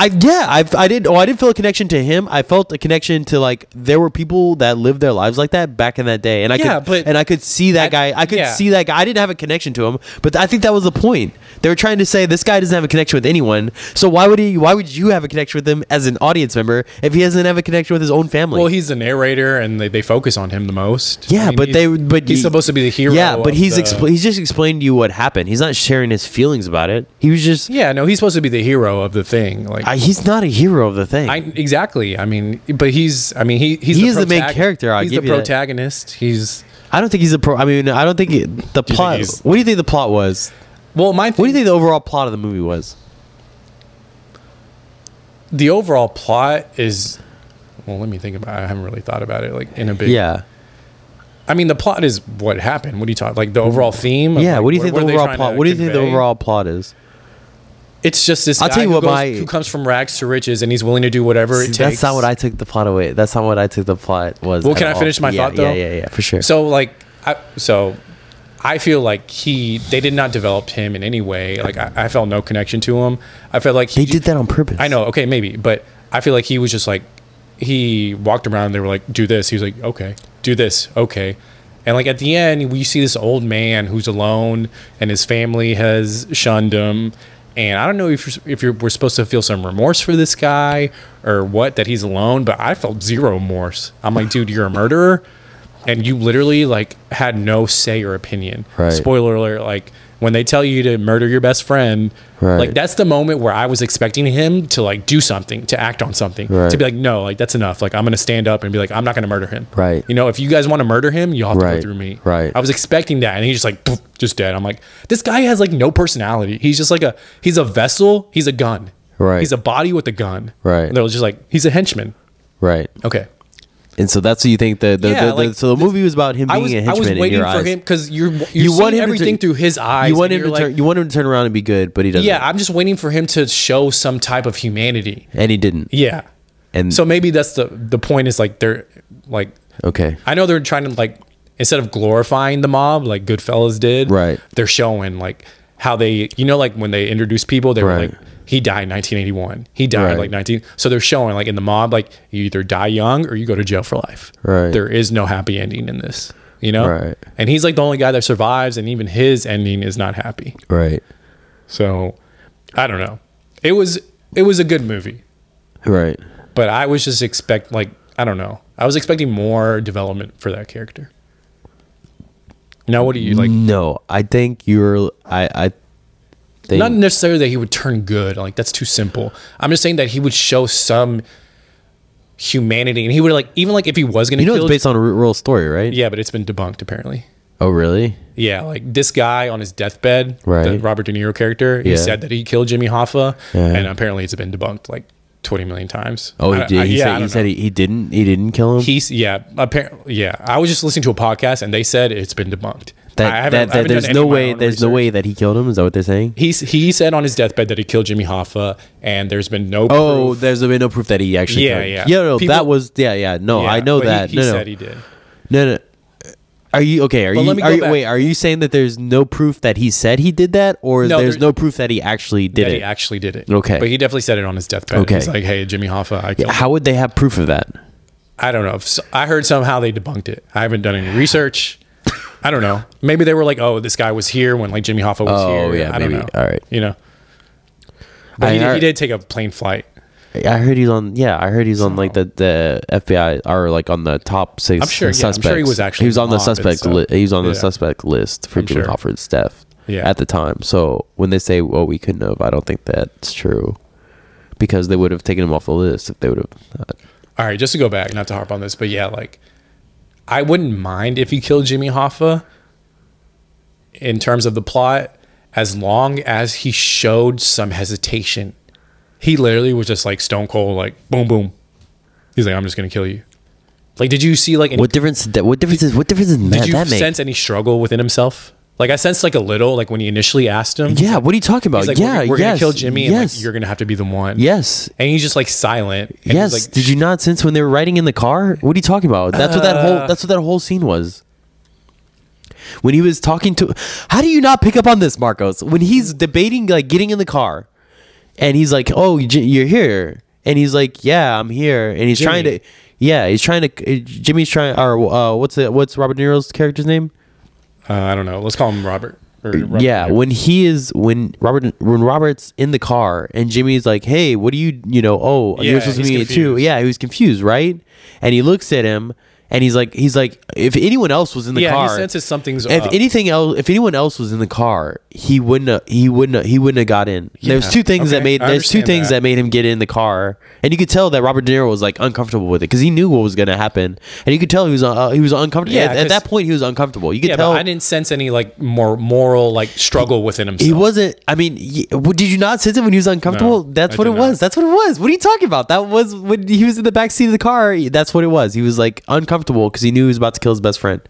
I yeah, I I did. Oh, I didn't feel a connection to him. I felt a connection to like there were people that lived their lives like that back in that day, and I Yeah, could but- and I could see that I- guy. I could yeah. see that guy. I didn't have a connection to him, but I think that was the point. They were trying to say this guy doesn't have a connection with anyone. So why would he? Why would you have a connection with him as an audience member if he doesn't have a connection with his own family? Well, he's the narrator, and they, they focus on him the most. Yeah, I mean, but he's- they but he's he- supposed to be the hero. Yeah, but of he's the- expl- he's just explained to you what happened. He's not sharing his feelings about it. He was just yeah, no, he's supposed to be the hero of the thing. Like I, he's not a hero of the thing. I exactly. I mean, but he's. I mean, he he's He is the main protagon- character, I'll he's give the you that. protagonist. He's I don't think he's a pro. I mean, I don't think it, the plot. he's- What do you think the plot was? well. My What do you think the overall plot of the movie was? the overall plot is. Well, let me think about. it. I haven't really thought about it like in a big. Yeah, I mean, the plot is what happened. What are you talking? Like the overall theme. of, yeah. like, what do you think are the they overall trying plot? to What do you think the convey? overall plot is? It's just this. I'll guy tell you who what goes- my- who comes from rags to riches, and he's willing to do whatever it takes. That's not what I took the plot away. That's not what I took the plot was. Well, at can I all. finish my Yeah, thought, though? Yeah, yeah, yeah, for sure. So like, I, so I feel like he they did not develop him in any way. Like I, I felt no connection to him. I felt like he they did that on purpose. I know. Okay, maybe, but I feel like he was just like he walked around. and They were like, "Do this." He was like, "Okay, do this." Okay, and like at the end, we see this old man who's alone, and his family has shunned him. And I don't know if you're, if you're, we're supposed to feel some remorse for this guy or what that he's alone, but I felt zero remorse. I'm like, dude, you're a murderer, and you literally like had no say or opinion. Right. Spoiler alert! Like when they tell you to murder your best friend, Right. like that's the moment where I was expecting him to like do something, to act on something, Right. to be like, no, like that's enough. Like I'm gonna stand up and be like, I'm not gonna murder him. Right. You know, if you guys want to murder him, you all have to Right. go through me. Right. I was expecting that, and he's just like, poof, just dead. I'm like, this guy has like no personality. He's just like a he's a vessel. He's a gun. Right. He's a body with a gun. Right. And they're just like, he's a henchman. right. Okay. And so that's what you think the the, Yeah, the, the- like, so the movie was about him I being was a I henchman was in waiting your for eyes. him because you're you're you want him to everything turn- through his eyes. You want and him you're to like- turn. You want him to turn around and be good, but he doesn't. Yeah, I'm just waiting for him to show some type of humanity. and he didn't. Yeah. And- so maybe that's the the point is like they're like Okay. I know they're trying to like instead of glorifying the mob like Goodfellas did, Right. They're showing like how they you know like when they introduce people they Right. were like he died in 1981. He died Right. like 19. So they're showing like in the mob like you either die young or you go to jail for life. Right. There is no happy ending in this, you know? Right. And he's like the only guy that survives and even his ending is not happy. Right. So I don't know. It was it was a good movie, Right. but I was just expect like I don't know. I was expecting more development for that character. Now what do you like? No, I think you're. I. I think Not necessarily that he would turn good. Like that's too simple. I'm just saying that he would show some humanity, and he would like even like if he was gonna you know kill. it's based on a r- real story, right? yeah, but it's been debunked apparently. Oh, really? Yeah, like this guy on his deathbed, the Right. Robert De Niro character, he Yeah. said that he killed Jimmy Hoffa, Yeah. and apparently it's been debunked. Like twenty million times. Oh, I- he did. I- he yeah, I said, he, don't said know. he, he didn't. He didn't kill him. He's yeah, apparently yeah. I was just listening to a podcast and they said it's been debunked. I That, haven't- that, I that haven't there's done any no of my way own there's no research. way that he killed him. Is that what they're saying? He's he said on his deathbed that he killed Jimmy Hoffa, and there's been no oh, proof. there's been no proof that he actually. Yeah, killed him. yeah. Yeah, no, People- that was yeah, yeah. No, Yeah, oh, I know but he- that. He, no, no. said he did. no, no. Are you okay? Are But you, let me are go you back. wait? Are you saying that there's no proof that he said he did that, or No, there's there's- no proof that he actually did that it? he actually did it. Okay. but he definitely said it on his deathbed. Okay. Okay, he's like, "Hey, Jimmy Hoffa, I killed." him." How would they have proof of that? I don't know. If s- I heard somehow they debunked it. I haven't done any research. I don't know. Maybe they were like, "Oh, this guy was here when like Jimmy Hoffa was Oh, here." yeah, I don't maybe. know. All right. you know. But he, I- did, I- he did take a plane flight. I heard he's on. Yeah, I heard he's on like the, the FBI or like on the top six. I'm sure- yeah, I'm sure he suspects. was actually He was on the mobbed and suspect. stuff. Li- he was on the Yeah. suspect list for I'm Jimmy sure. Hoffa's death. Yeah. At the time, so when they say, "Well, we couldn't have," I don't think that's true, because they would have taken him off the list if they would have. All right, just to go back, not to harp on this, but yeah, like I wouldn't mind if he killed Jimmy Hoffa in terms of the plot, as long as he showed some hesitation. He literally was just like stone cold, like boom boom. He's like, I'm just gonna kill you. Like, did you see like any, What difference? did that- What difference is? What difference does did that, you that make? sense any struggle within himself? Like I sensed like a little, like when he initially asked him. Yeah, what are you talking about? He's like, yeah, we're, we're yes, gonna kill Jimmy and Yes, like you're gonna have to be the one. yes, And he's just like silent. and he's, yes. like, Did you not sense when they were riding in the car? What are you talking about? That's what that Uh. whole that's what that whole scene was. When he was talking to, how do you not pick up on this, Marcos? When he's debating like getting in the car, and he's like, "Oh, J- you're here," and he's like, "Yeah, I'm here," and he's trying Jimmy. to, yeah, he's trying to. uh, Jimmy's trying, or uh, what's the what's Robert De Niro's character's name? uh, I don't know. Let's call him Robert. or Robert. yeah, when he is when Robert when Robert's in the car and Jimmy's like, "Hey, what do you you know? Oh, Yeah, you're supposed to he's be at two. confused. Yeah, he was confused, right? And he looks at him and he's like, he's like, if anyone else was in the yeah, car, he senses something's if up. anything else, if anyone else was in the car, he wouldn't have, he wouldn't have, he wouldn't have got in. there's two things that okay, made I there's two understand things that. that. made him get in the car, and you could tell that Robert De Niro was like uncomfortable with it because he knew what was going to happen, and you could tell he was uh, he was uncomfortable. Yeah, at, at 'cause- that point, he was uncomfortable. You could yeah, tell. but I didn't sense any like more moral like struggle within himself. He wasn't. I mean, y- w- did you not sense it when he was uncomfortable? No, that's I what it did was. not. That's what it was. What are you talking about? That was when he was in the back seat of the car. That's what it was. He was like uncomfortable because he knew he was about to kill his best friend.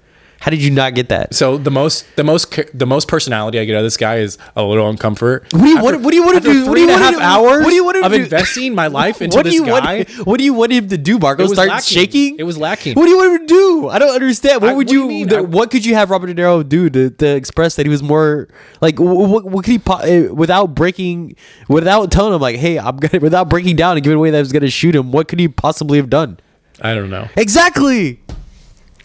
How did you not get that? So the most, the most, ca- the most personality I get out of this guy is a little uncomfort. What do you- what- what do you wanna after do? What do Three you and a wanna half do? hours. What do you wanna of do? investing my *laughs* life into what this do you guy. want? What do you want him to do, Marco? It was Start lacking. shaking? It was lacking. What do you want him to do? I don't understand. What I- would what do you? you mean? the- I- what could you have Robert De Niro do to, to express that he was more like? What, what could he po- eh, without breaking, without telling him like, "Hey, I'm gonna," *laughs* without breaking down and giving away that I was gonna shoot him? What could he possibly have done? I don't know. Exactly.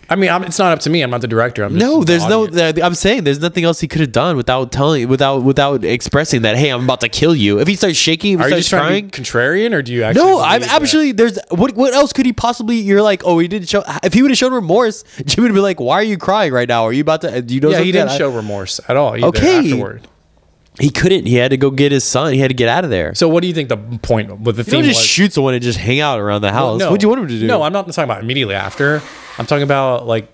I mean, I'm, it's not up to me. I'm not the director. I'm just No, the there's no. audience. there- I'm saying there's nothing else he could have done without telling, without without expressing that. Hey, I'm about to kill you. If he starts shaking, if he Are you starts just trying crying, to be contrarian, or do you actually? No, I'm believe that? actually there's what what else could he possibly you're like, oh he didn't show if he would have shown remorse, Jimmy would be like, Why are you crying right now? Are you about to do you know Yeah, he something?" didn't I- show remorse at all. Either Okay. okay. Afterward. he couldn't. He had to go get his son, he had to get out of there. So So, what do you think the point with the you theme don't just was? shoot someone and just hang out around the house. no. What do you want him to do? No, I'm not talking about immediately after. I'm talking about like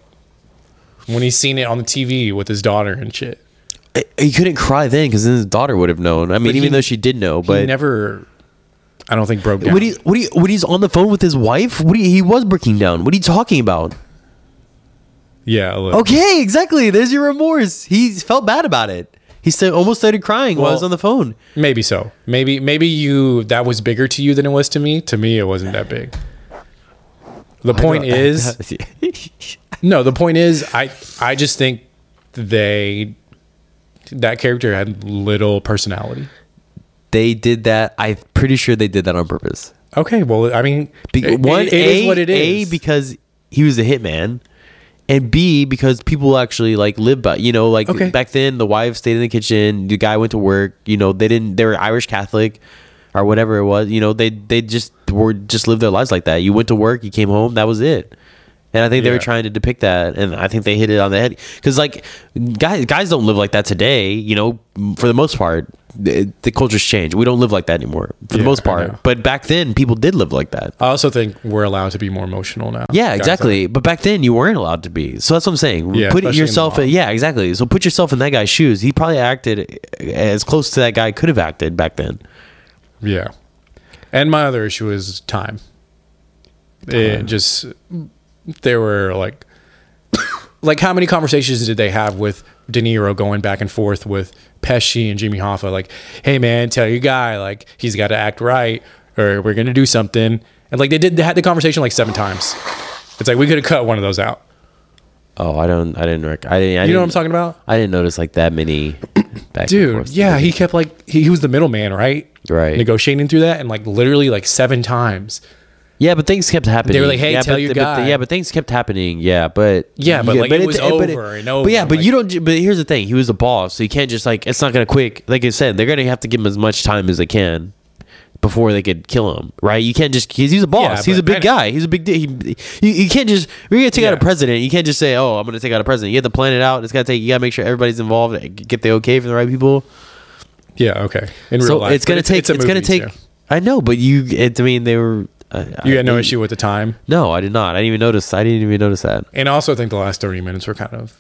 when he's seen it on the TV with his daughter and shit. he couldn't cry then because then his daughter would have known. I mean, But even he- though she did know, he but never, I don't think broke down. What he what he what he's on the phone with his wife? What he, he was breaking down. What are you talking about? yeah. Look. Okay, exactly. There's your remorse. He felt bad about it. He said almost started crying while I was Well- on the phone. Maybe so. Maybe maybe you that was bigger to you than it was to me. To me, it wasn't that big. *laughs* The point is, *laughs* no. The point is, I I just think they that character had little personality. They did that. I'm pretty sure they did that on purpose. Okay, well, I mean, Be- it- one, it- it A, is what it is. A because he was a hitman, and B because people actually like live by you know like Okay. back then the wife stayed in the kitchen, the guy went to work. You know they didn't. They were Irish Catholic or whatever it was. You know they they just were just lived their lives like that. You went to work, you came home, that was it. And I think they were Yeah. trying to depict that, and I think they hit it on the head because like guys guys don't live like that today. You know, for the most part, the, the cultures change. We don't live like that anymore for the Yeah, most I know. part. But back then, people did live like that. I also think we're allowed to be more emotional now. Yeah, Guys exactly. But back then you weren't allowed to be. So that's what I'm saying. Yeah, put especially in yourself. the mob. yeah, exactly. So put yourself in that guy's shoes. He probably acted as close to that guy could have acted back then. are- Yeah. And my other issue is time. It just there were like like how many conversations did they have with De Niro going back and forth with Pesci and Jimmy Hoffa? Like, hey man, tell your guy like he's got to act right, or we're gonna do something. And like they did, they had the conversation like seven times. It's like we could have cut one of those out. Oh, I don't. I didn't. Rec- I didn't. I You didn't, know what I'm talking about, I didn't notice like that *coughs* many. Back and dude? forths. Yeah, he kept like he, he was the middleman, right? Right. Negotiating through that, and like literally like seven times. Yeah, but things kept happening. They were like, "Hey, yeah, tell but, your but- guy." yeah, but things kept happening. Yeah, but Yeah, but, like, it was but over and over, But yeah, and, but like- you don't. ju- But here's the thing: he was the boss, so you can't just like it's not gonna quick. Like I said, they're gonna have to give him as much time as they can before they could kill him. Right? You can't just because he's a boss. Yeah, he's but a big I- guy. He's a big. di- He, you, you can't just we're gonna take out a Yeah. president. You can't just say, "Oh, I'm gonna take out a president." You have to plan it out. It's gotta take. You gotta make sure everybody's involved. eh, Get the okay from the right people Yeah. Okay. In real so life, it's gonna But take. It's, a gonna movie, take. so. I know, but you. It, I mean, they were. I, I You had no didn't- issue with the time, No, I did not. I didn't even notice. I didn't even notice that. and I also think the last thirty minutes were kind of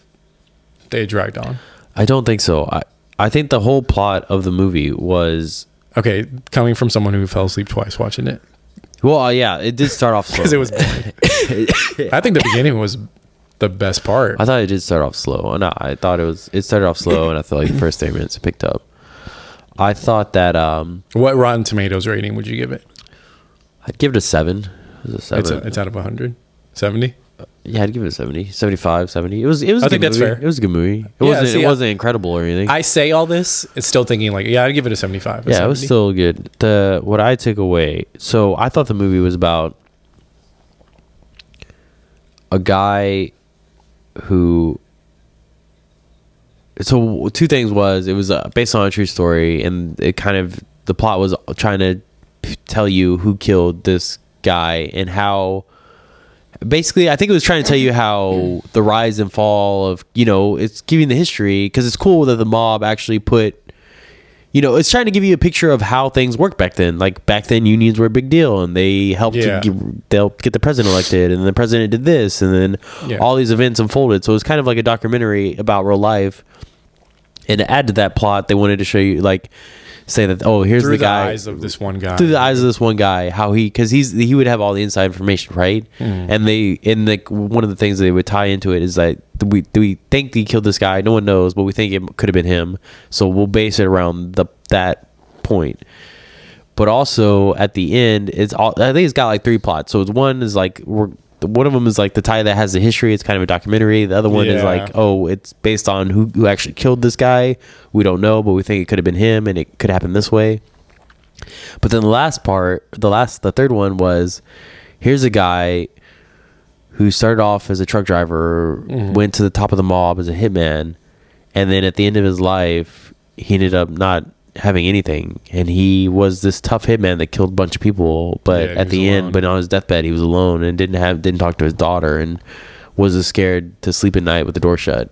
they dragged on. I don't think so. I I think the whole plot of the movie was Okay, coming from someone who fell asleep twice watching it well, uh, yeah, it did start off *laughs* slow. because it was. I think the beginning was the best part. I thought it did start off slow. No, I thought it was. It started off slow, and I felt like the first three minutes it picked up. I thought that um, What Rotten Tomatoes rating would you give it? I'd give it a seven. It was a seven. It's, it's out of 100. 70? yeah, I'd give it a 70, 75, 70. It was. It was. a I good think that's movie. fair. It was a good movie. It Yeah, wasn't. see, it I- wasn't incredible or anything. I say all this, it's still thinking like, yeah, I'd give it a 75. a yeah, it was 70. still good. The what I took away. So I thought the movie was about a guy who. So two things was it was uh, based on a true story, and it kind of the plot was trying to p- tell you who killed this guy and how basically i think it was trying to tell you how the rise and fall of you know it's giving the history because it's cool that the mob actually put you know it's trying to give you a picture of how things worked back then like back then unions were a big deal and they helped Yeah. to g- they helped get the president elected and the president did this and then Yeah. all these events unfolded so it was kind of like a documentary about real life and to add to that plot they wanted to show you like say that oh here's through the the, guy eyes of this one guy. through the eyes of this one guy how he because he's he would have all the inside information right Hmm. and they and like one of the things they would tie into it is like we we think he killed this guy no one knows but we think it could have been him so we'll base it around the that point but also at the end it's all i think it's got like three plots so it's one is like we're one of them is like the tie that has the history. It's kind of a documentary. The other one is Yeah. like, oh, it's based on who, who actually killed this guy. We don't know, but we think it could have been him, and it could happen this way. But then the last part, the last, the third one was here's a guy who started off as a truck driver, Mm-hmm. went to the top of the mob as a hitman, and then at the end of his life, he ended up not having anything. And he was this tough hitman that killed a bunch of people, but Yeah, he at was the alone. end, but on his deathbed, he was alone and didn't have, didn't talk to his daughter and was scared to sleep at night with the door shut.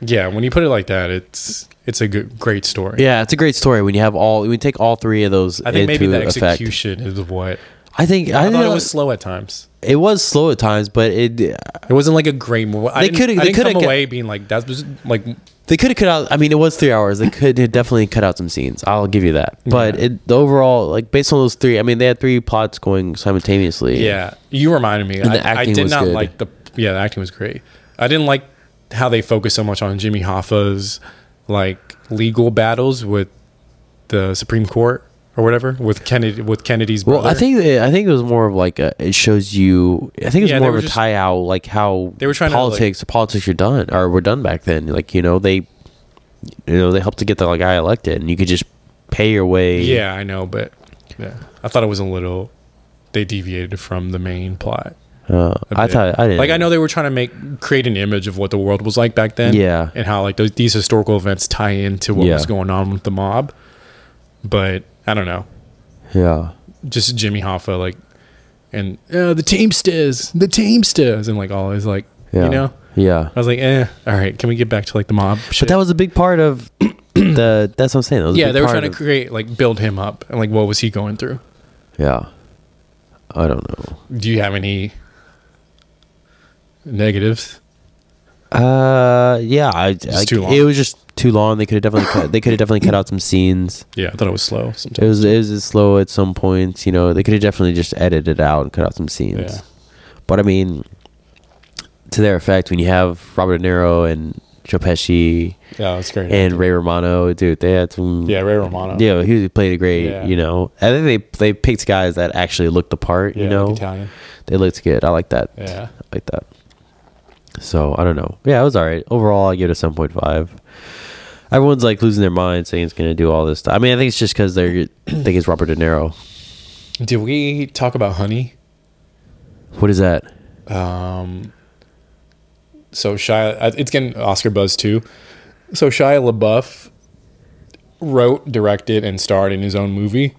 yeah, when you put it like that, it's it's a good, great story. Yeah, it's a great story when you have all, when you take all three of those I think maybe into the effect. execution is what. I think, I, I, think thought it that- was slow at times. it was slow at times, but it It wasn't like a great movie. I They didn't, coulda- I they didn't coulda come ca- away being like that was like they could have cut out. I mean, it was three hours. They could have definitely cut out some scenes. I'll give you that. But it, the overall, like based on those three, I mean, they had three plots going simultaneously. yeah. You reminded me. And the I, I acting did was not good. like the yeah. The acting was great. I didn't like how they focused so much on Jimmy Hoffa's like legal battles with the Supreme Court or whatever with Kennedy with Kennedy's brother. Well, I think it, I think it was more of like a, it shows you. I think it was Yeah, they more were of a just- tie out, like how They were trying to, like- politics politics are done or were done back then. Like you know they, you know they helped to get the guy elected, and you could just pay your way. yeah, I know, but yeah, I thought it was a little. They deviated from the main plot. uh, I bit. thought I didn't Like I know they were trying to make create an image of what the world was like back then. Yeah. And how like those, these historical events tie into what Yeah. was going on with the mob. But I don't know. Yeah, Just Jimmy Hoffa like and uh, the Teamsters, the Teamsters and like all is like yeah, you know. yeah. I was like, "Eh, all right, can we get back to like the mob shit?" But that was a big part of *clears throat* the. That's what I'm saying. That was a yeah, big they were part trying to of- create like build him up and like what was he going through? Yeah. I don't know. Do you have any negatives? Uh, yeah, I, I too long. it was just too long. They could have definitely cut, they could have definitely cut out some scenes. Yeah, I thought it was slow. It Sometimes. *laughs* was it was slow at some points. You know, they could have definitely just edited it out and cut out some scenes. Yeah. But I mean, to their effect, when you have Robert De Niro and Joe Pesci yeah, it's great. and Ray Romano, dude, they had some. yeah, Ray Romano. Yeah, he played a great. Yeah. You know, I think they they picked guys that actually looked the part. Yeah, you like know, Italian. they looked good. I like that. Yeah. I like that. So I don't know. Yeah, it was all right overall. I give it a seven point five. Everyone's like losing their mind, saying it's gonna do all this stuff. I mean, I think it's just because they think it's Robert De Niro. Did we talk about Honey? What is that? So Shia, it's getting Oscar buzz too. So Shia LaBeouf wrote, directed, and starred in his own movie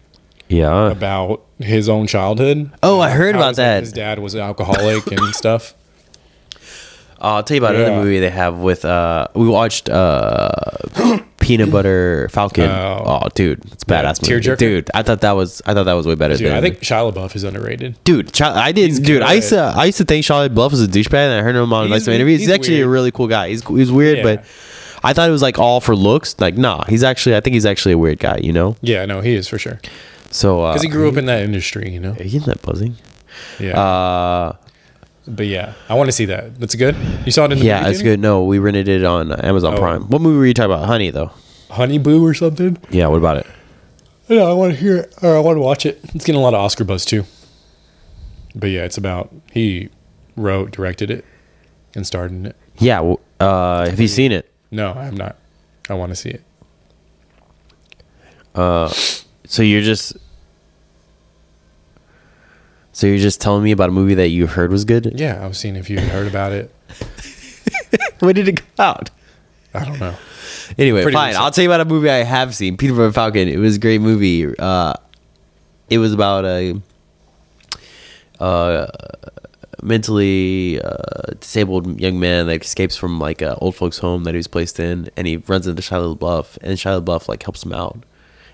Yeah. about his own childhood. Oh, I heard How about his- that. His dad was an alcoholic *laughs* and stuff. Uh, I'll tell you about Yeah. another movie they have with. Uh, we watched *coughs* uh, Peanut Butter Falcon. Oh. Oh, dude, it's a badass Yeah, movie. Tearjerker? Dude, I thought that was I thought that was way better. Dude, than I think Shia LaBeouf is underrated. Dude, Ch- I didn't. Dude, I used to. I used to think Shia Bluff was a douchebag, and I heard him on He's- like some interviews. He's, he's actually a weird. really cool guy. He's he's weird, Yeah. but I thought it was like all for looks. Like, nah, he's actually. I think he's actually a weird guy. You know. Yeah, no, he is for sure. So uh, Because he grew up in that industry, you know. Are you hearing that buzzing? Yeah. Uh, but yeah, I want to see that. That's good. You saw it in the yeah, movie it's theater? good. No, we rented it on uh, Amazon Oh. Prime. What movie were you talking about? Honey, though. Honey Boo or something. Yeah, what about it? No, I want to hear it or I want to watch it. It's getting a lot of Oscar buzz too. But yeah, it's about he wrote, directed it, and starred in it. Yeah. w- Uh, have you seen it? No, I'm not. I want to see it. So you're just. So you're just telling me about a movie that you heard was good? *laughs* Yeah, I was seeing if you had heard about it. When did it come out? *laughs* I don't know. Anyway, Pretty fine. recent. I'll tell you about a movie I have seen, Peter Pan Falcon. It was a great movie. Uh, it was about a uh, mentally uh, disabled young man that escapes from like an old folks home that he was placed in, and he runs into Shia LaBeouf, and Shia LaBeouf like helps him out.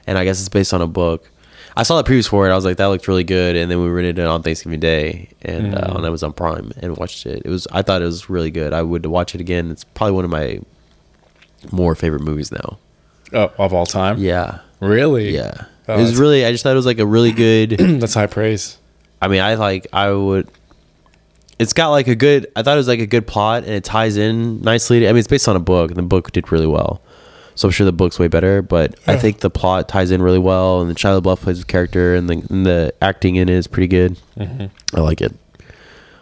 And I guess it's based on a book. I saw the previews for it. I was like, that looked really good, and then we rented it on Thanksgiving Day and uh, on Amazon Prime and watched it. It was I thought it was really good. I would watch it again. It's probably one of my more favorite movies now. Oh, of all time? Yeah. Really? Yeah. Oh, it was that's- really I just thought it was like a really *clears throat* good *laughs* That's high praise. I mean, I like I would it's got like a good I thought it was like a good plot and it ties in nicely. to- I mean, it's based on a book and the book did really well. So I'm sure the book's way better, but I think the plot ties in really well and the Shia LaBeouf plays his character and the, and the acting in it is pretty good. I like it.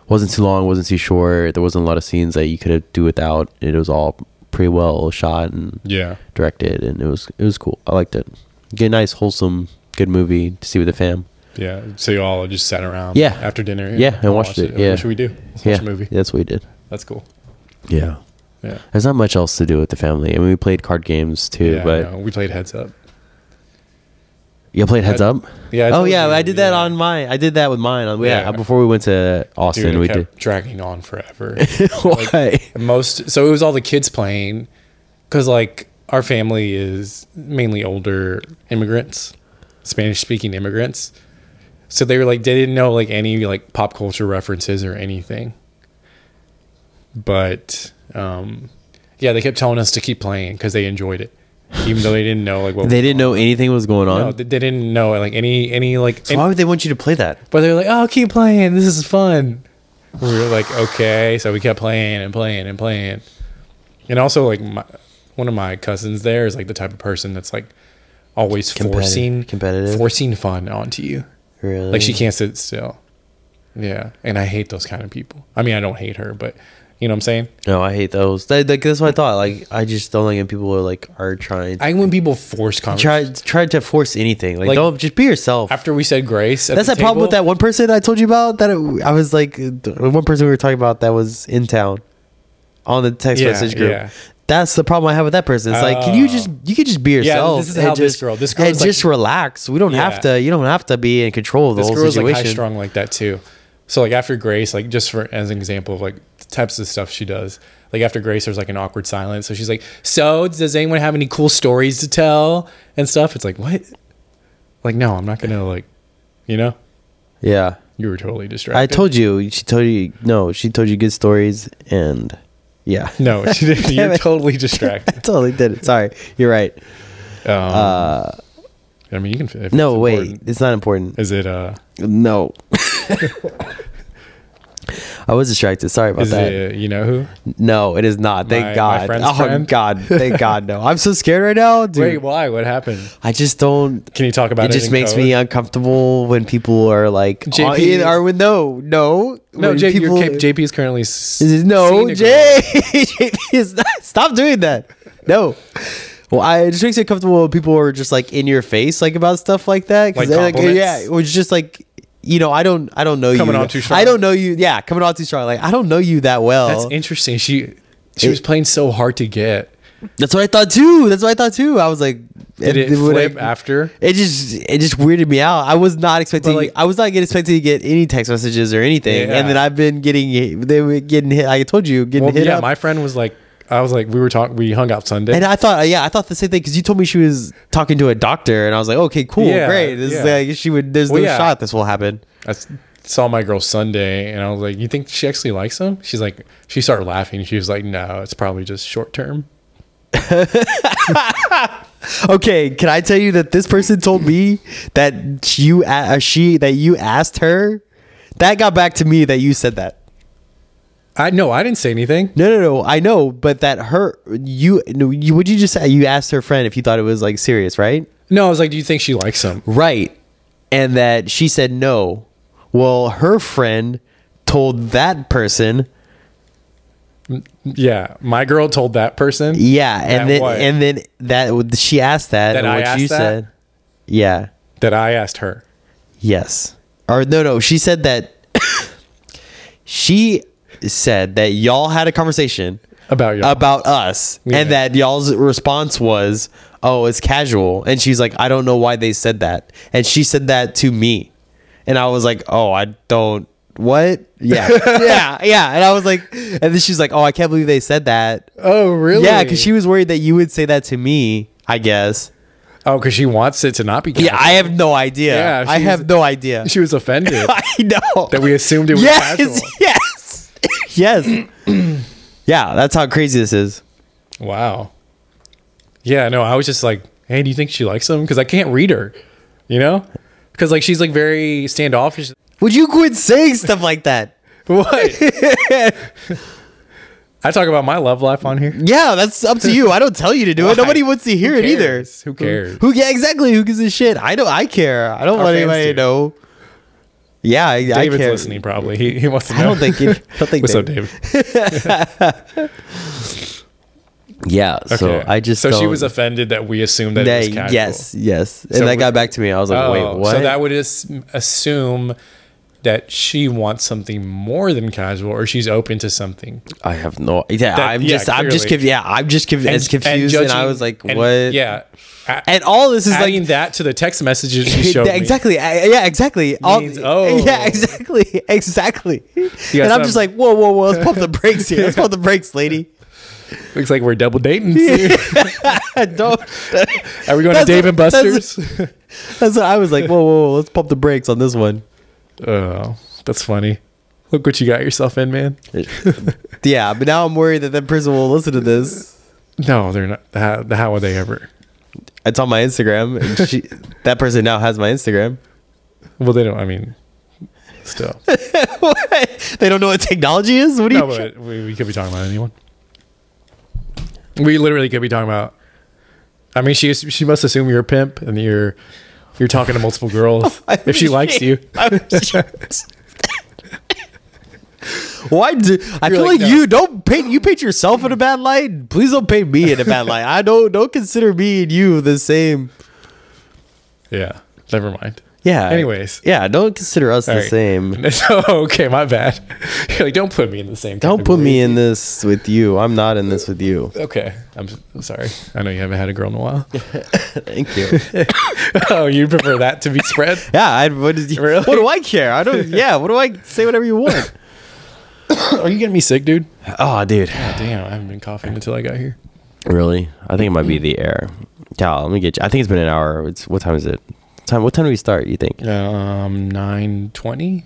Wasn't too long, wasn't too short. There wasn't a lot of scenes that you could have do without. It was all pretty well shot and Yeah. directed and it was it was cool. I liked it. Good nice, wholesome, good movie to see with the fam. Yeah. So you all just sat around Yeah. after dinner. Yeah, and I'll watched watch Oh, it, yeah. What should we do? Let's yeah, watch a movie. That's what we did. That's cool. Yeah. Yeah. There's not much else to do with the family. I mean we played card games too, yeah, I but know. we played heads up. you played heads Head- up? Yeah, I Oh told yeah, you, I did that yeah. on mine. I did that with mine. on- Yeah, Yeah. before we went to Austin, Dude, it we kept did. dragging *laughs* on forever. *laughs* Why? most so it was all the kids playing because like our family is mainly older immigrants spanish speaking immigrants so they were like they didn't know like any like pop culture references or anything but um yeah they kept telling us to keep playing because they enjoyed it even though they didn't know like what they didn't know anything was going on. no, they they didn't know like any any like so why would they want you to play that? but they were like, "Oh, keep playing. This is fun." We were like, "Okay." So we kept playing and playing and playing. And also, like, my, one of my cousins there is like the type of person that's like always Competitive- forcing competitive? forcing fun onto you. Really? Like she can't sit still. Yeah, and I hate those kind of people. I mean, I don't hate her, but you know what I'm saying. No, I hate those. That, that- that's what I thought. Like I just don't like when people are like are trying I when people force conversation. try try to force anything. Like, Like- don't just be yourself. After we said grace, at That's the that problem with that table- one person I told you about. That it, I was like, the one person we were talking about that was in town on the text Yeah, message group. yeah. Oh. That's the problem I have with that person. It's like, can you just you can just be yourself? this is and how this just- girl- this girl and is like- just relax. We don't have Yeah. to. You don't have to be in control of the this whole girl is like situation. high strung like that too. So like after Grace, like just for as an example of like the types of stuff she does. Like after Grace, there's like an awkward silence. So she's like, "So does anyone have any cool stories to tell and stuff?" It's like what? Like no, I'm not gonna like, you know, yeah, you were totally distracted. I told you. She told you no. She told you good stories, and Yeah. *laughs* *laughs* No, she didn't. Damn You're it. totally distracted. *laughs* I totally did it. Sorry. You're right. Um, I mean, you can. If Uh, No, it's wait. important. It's not important. Is it? Uh, *laughs* No. *laughs* I was distracted. Sorry about is that. it? uh, You know who? No, it is not. Thank My- my God. friend's oh friend? God. *laughs* Thank God. No, I'm so scared right now, dude. Wait, why? What happened? I just don't. Can you talk about it? it just in makes code? me uncomfortable when people are like, JP on- in- or when no, no, No, when J- your people, K- JP is currently. s- no, seeing a Jay, JP *laughs* is not. Stop doing that. No. Well, I it just makes me uncomfortable when people are just like in your face, like about stuff like that. 'cause Like they're compliments? yeah, it was just like. You know, I don't, I don't know you. Coming on too strong? I don't know you. Yeah, coming on too strong. Like I don't know you that well. That's interesting. She she Oh. It- was playing so hard to get. That's what I thought too. That's what I thought too. I was like, Did it when I- flip after? It just it just weirded me out. I was not expecting. like- I was not expecting to get any text messages or anything, Yeah. and then I've been getting they were getting hit. I told you getting Well, hit yeah, up, my friend was like, I was like, we were talking, we hung out Sunday. and I thought yeah, I thought the same thing because you told me she was talking to a doctor, and I was like, okay, cool, Yeah, great. This yeah. is like she would. There's Well, no yeah. shot this will happen. I s- saw my girl Sunday, and I was like, you think she actually likes him? She's like, she started laughing. She was like, no, it's probably just short term. Okay, can I tell you that this person told me that you a- uh, she that you asked her that got back to me that you said that. I no, I didn't say anything. No, no, no. I know, but that her you no you would you just say you asked her friend if you thought it was like serious, right? No, I was like, do you think she likes him? Right. And that she said no. Well, her friend told that person, Yeah, my girl told that person. yeah, and That then what? and then that she asked that, That and I what asked you that? said. Yeah. that I asked her. Yes. Or no, no. She said that. *coughs* she said that y'all had a conversation About y'all. about us, Yeah. and that y'all's response was, "Oh, it's casual." And she's like, "I don't know why they said that," and she said that to me, and I was like, "Oh, I don't." What? *laughs* Yeah, yeah, yeah. And I was like, and then she's like, "Oh, I can't believe they said that." Oh, really? Yeah, because she was worried that you would say that to me. I guess. Oh, because she wants it to not be. Yeah, I have no idea. Yeah, I she have was- no *laughs* idea. *laughs* She was offended I know that we assumed it was yes, casual. *laughs* yes, yes. *clears throat* yeah, that's how crazy this is. Wow. Yeah, no, I was just like, hey, do you think she likes him? Because I can't read her, you know? Because like she's like *laughs* very standoffish. Would you quit saying stuff like that? What? *laughs* I talk about my love life on here. Yeah, that's up to you. I don't tell you to do it. *laughs* Why? Nobody wants to hear Who it either. cares? Who cares? Who? Yeah, exactly. Who gives a shit? I don't. I care. I don't Our want fans anybody to do. know. Yeah, I, I David's care. listening probably. He, he wants to know. I don't *laughs* think. It, I don't think. What's David- up, David? Yeah. So Okay. I just. so she don't- was offended that we assumed that, Yeah, it was casual. yes, yes, and So that we- got back to me. I was like, "Wait, Oh, what?" So that would as- assume that she wants something more than casual, or she's open to something. I have no. Yeah, That- I'm yeah, just. I'm just clearly. confused. Yeah, I'm just conv- as confused, and, I judging- was like, and- "What?" Yeah, A- And all this is adding like that to the text messages *laughs* she showed Yeah, exactly. exactly. I- Yeah, exactly. All- Means, oh. *laughs* Yeah, exactly. *laughs* Exactly. and I'm some- just like, whoa, whoa, whoa. Let's pump the brakes here. Let's pump the brakes, *laughs* lady. *laughs* me. Looks like we're double dating. soon. Don't. Are we going to That's Dave and what- Buster's? *laughs* That's what I was like, whoa, whoa, whoa. Let's pump the brakes on this one. oh, that's funny. Look what you got yourself in, man. Yeah, but now I'm worried that that person will listen to this. No, they're not. How, how would they ever? It's on my Instagram. And *laughs* she, that person now has my Instagram. *laughs* Well, they don't. I mean, *laughs* still. What? They don't know what technology is? What do No, you. but we, we could be talking about anyone. We literally could be talking about. I mean, she she must assume you're a pimp and you're you're talking to multiple *laughs* girls. I if she likes you, Why do I You're feel like, like, no. you don't paint you paint yourself in a bad light? Please don't paint me in a bad light. I don't don't consider me and you the same. yeah, never mind. Yeah. Anyways. Yeah, don't consider us the All right. same. So, *laughs* okay, my bad. You're like, don't put me in the same. Don't put me category." in this with you. I'm not in this with you. Okay, I'm, s- I'm sorry. I know you haven't had a girl in a while. *laughs* *laughs* Thank you. oh, you prefer that to be spread? *laughs* Yeah, I, what, did you, Really? what do I care? I don't. Yeah, what do I say? Whatever you want. *laughs* Are you getting me sick, dude? *laughs* Oh, dude, Damn, I haven't been coughing until I got here. really? I think it might be the air. Cal, let me get you. I think it's been an hour. It's what time is it? Time? What time do we start? You think? Um, nine twenty,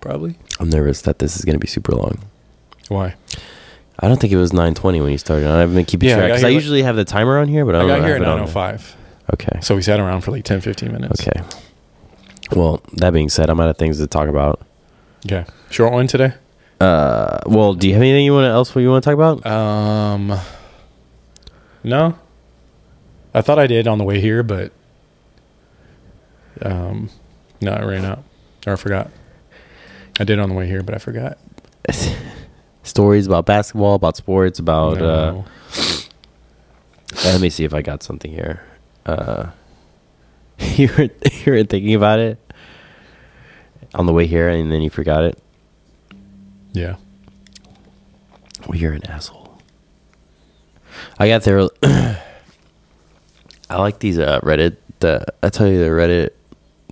probably. I'm nervous that this is going to be super long Why? I don't think it was 9:20 when you started. I haven't been keeping Yeah, I track got 'cause here I like- usually have the timer on here, but I Oh, I don't got know. here at have it on there. 905. Okay. So we sat around for like 10, 15 minutes. Okay. Well, that being said, I'm out of things to talk about. Okay. Short one today? Uh, well, do you have anything you want to else you want to talk about? Um, no. I thought I did on the way here, but um, no, I ran out or I forgot. I did on the way here, but I forgot. *sighs* Stories about basketball, about sports, about. Uh, No. let me see if I got something here. Uh, *laughs* you were *laughs* you were thinking about it on the way here, and then you forgot it. yeah. Well, you're an asshole. I got there. *coughs* I like these uh, Reddit. The I tell you the Reddit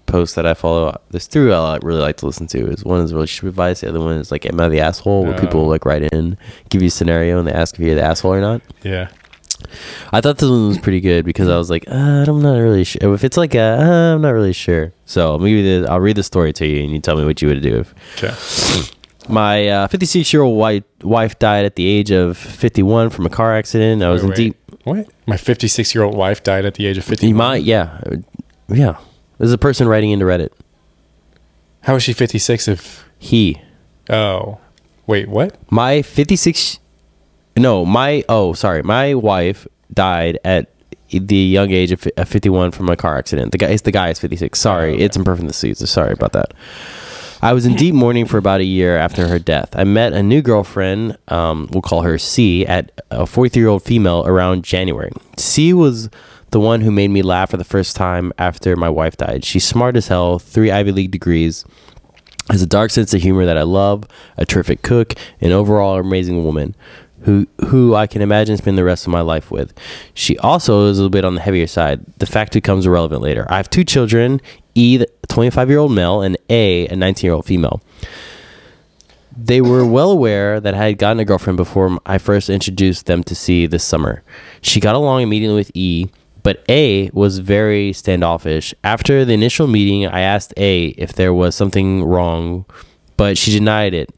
posts that I follow. There's three I like- really like to listen to. Is one is relationship advice. The other one is like "Am I the asshole?" Where people Oh. like write in, give you a scenario, and they ask if you're the asshole or not. Yeah. I thought this one was pretty good because I was like, uh, I'm not really sure. If it's like, a, uh, I'm not really sure. So maybe the, I'll read the story to you and you tell me what you would do if Okay. my 56 year old white wife died at the age of 51 from a car accident. I was in deep. What? My 56 year old wife died at the age of 50. You might, yeah, Uh, yeah. There's a person writing into Reddit. How is she 56 if. He, Oh. Wait, what? my 56, no, my oh, sorry, my wife died at the young age of fi- of 51 from a car accident. The guy, it's the guy is 56. Sorry, it's imperfect in the seats. Sorry about that. I was in deep mourning for about a year after her death. I met a new girlfriend, um, we'll call her C, at a 43 year old female around January. C was the one who made me laugh for the first time after my wife died. She's smart as hell, three Ivy League degrees, has a dark sense of humor that I love, a terrific cook, and overall an amazing woman. Who, who I can imagine spending the rest of my life with. She also is a little bit on the heavier side. The fact becomes irrelevant later. I have two children, E, the 25 year old male, and A, a 19 year old female. They were well aware that I had gotten a girlfriend before I first introduced them to C this summer. She got along immediately with E, but A was very standoffish. After the initial meeting, I asked A if there was something wrong, but she denied it.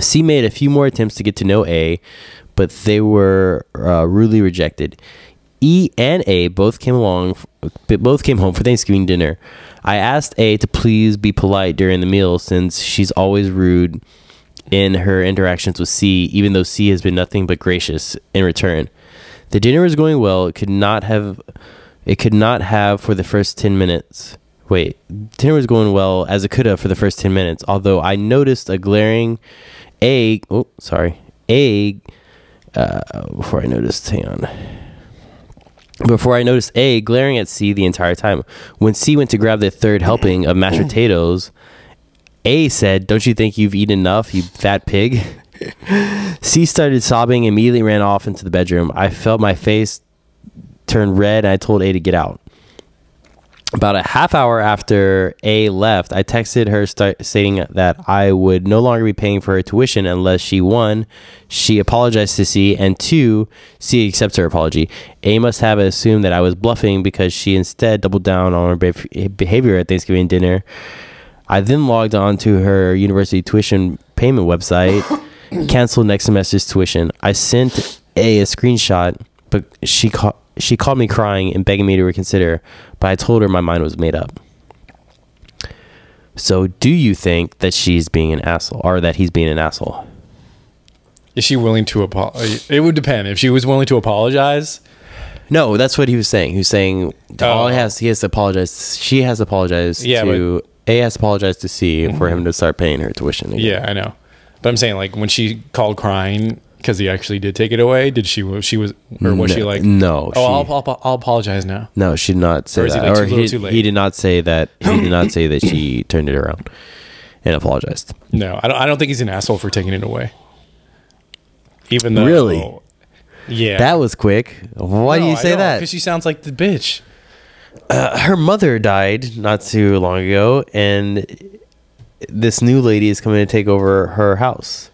C made a few more attempts to get to know A, but they were uh, rudely rejected. E and A both came along, both came home for Thanksgiving dinner. I asked A to please be polite during the meal since she's always rude in her interactions with C, even though C has been nothing but gracious in return. The dinner was going well. It could not have, it could not have for the first ten minutes. Wait, dinner was going well as it could have for the first ten minutes. Although I noticed a glaring, a oh sorry, a uh, before I noticed. Hang on. Before I noticed A glaring at C the entire time. When C went to grab the third helping of mashed potatoes, A said, Don't you think you've eaten enough, you fat pig? C started sobbing and immediately ran off into the bedroom. I felt my face turn red and I told A to get out. About a half hour after A left, I texted her start stating that I would no longer be paying for her tuition unless she one, she apologized to C, and two, C accepts her apology. A must have assumed that I was bluffing because she instead doubled down on her be- behavior at Thanksgiving dinner. I then logged on to her university tuition payment website, canceled next semester's tuition. I sent A a screenshot, but she ca- she called me crying and begging me to reconsider, but I told her my mind was made up. So, do you think that she's being an asshole or that he's being an asshole? Is she willing to apologize? It would depend. If she was willing to apologize, No, that's what he was saying. He was saying all he Oh. has he has to apologize. She has apologized Yeah, to A has apologized to C for him to start paying her tuition. Again. Yeah, I know. But I'm saying like when she called crying because he actually did take it away. Did she? She was or No- was she like no, Oh, I'll, she- I'll, I'll apologize now. No, she did not say Or is he, that. like, too or little, he, too late? he did not say that. He did not say that *coughs* she turned it around and apologized. No, I don't. I don't think he's an asshole for taking it away. Even though Really? yeah. That was quick. Why do you say Because that? she sounds like the bitch. Her mother died not too long ago, and this new lady is coming to take over her house.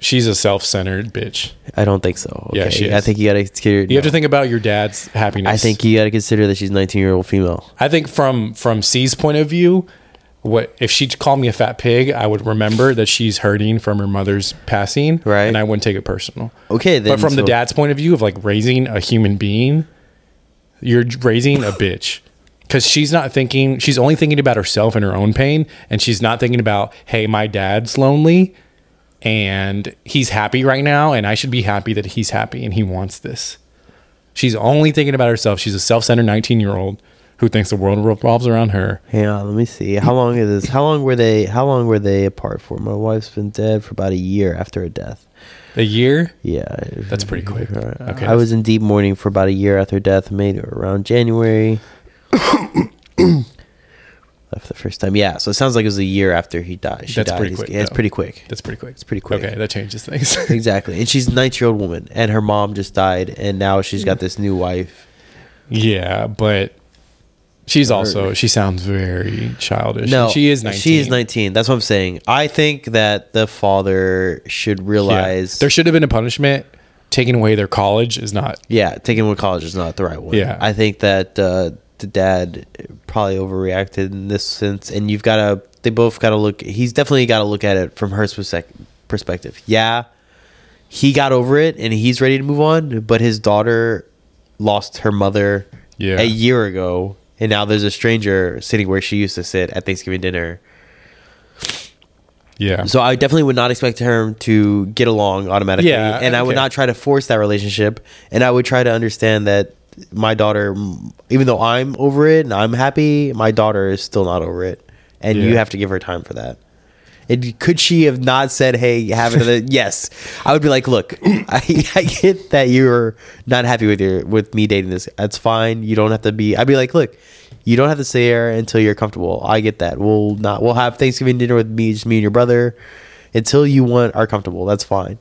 She's a self-centered bitch. I don't think so. Yeah, she I is. think you gotta consider. You have to think about your dad's happiness. I think you gotta consider that she's a nineteen year old female. I think from from C's point of view, what if she called me a fat pig, I would remember that she's hurting from her mother's passing, Right. And I wouldn't take it personal. Okay, then but from the so- dad's point of view of like raising a human being, you're raising a bitch because she's not thinking. She's only thinking about herself and her own pain, and she's not thinking about hey, my dad's lonely. And he's happy right now, and I should be happy that he's happy and he wants this. She's only thinking about herself. She's a self-centered 19-year-old who thinks the world revolves around her. Hang on, let me see. How long is this? How long were they? How long were they apart for? My wife's been dead for about a year after her death. A year? Yeah, That's pretty quick. Okay. I was in deep mourning for about a year after her death. Made it around January. *coughs* Left the first time. Yeah, so it sounds like it was a year after he died. She That's died. pretty He's- quick, Yeah, it's though. pretty quick. That's pretty quick. It's pretty quick. Okay, that changes things. exactly. And she's a 90 year old woman, and her mom just died, and now she's got this new wife. yeah, but she's also she sounds very childish. No, she is nineteen. She is 19. That's what I'm saying. I think that the father should Yeah. realize. There should have been a punishment. Taking away their college is not. Yeah, taking one college is not the right one. Yeah. I think that uh, the dad probably overreacted in this sense, and you've got to. They both got to look. He's definitely got to look at it from her spec- perspective. Yeah, he got over it and he's ready to move on, but his daughter lost her mother Yeah. a year ago, and now there's a stranger sitting where she used to sit at Thanksgiving dinner. Yeah. So I definitely would not expect her to get along automatically, Yeah, and I would okay. not try to force that relationship, and I would try to understand that my daughter, m- even though I'm over it and I'm happy, my daughter is still not over it, and you Yeah. have to give her time for that. And could she have not said, "Hey, have *laughs* another"? yes, I would be like, "Look, *clears throat* I, I get that you're not happy with your with me dating this. That's fine. You don't have to be." I'd be like, "Look, you don't have to stay here until you're comfortable. I get that. We'll not. We'll have Thanksgiving dinner with me, just me and your brother, until you want are comfortable. That's fine.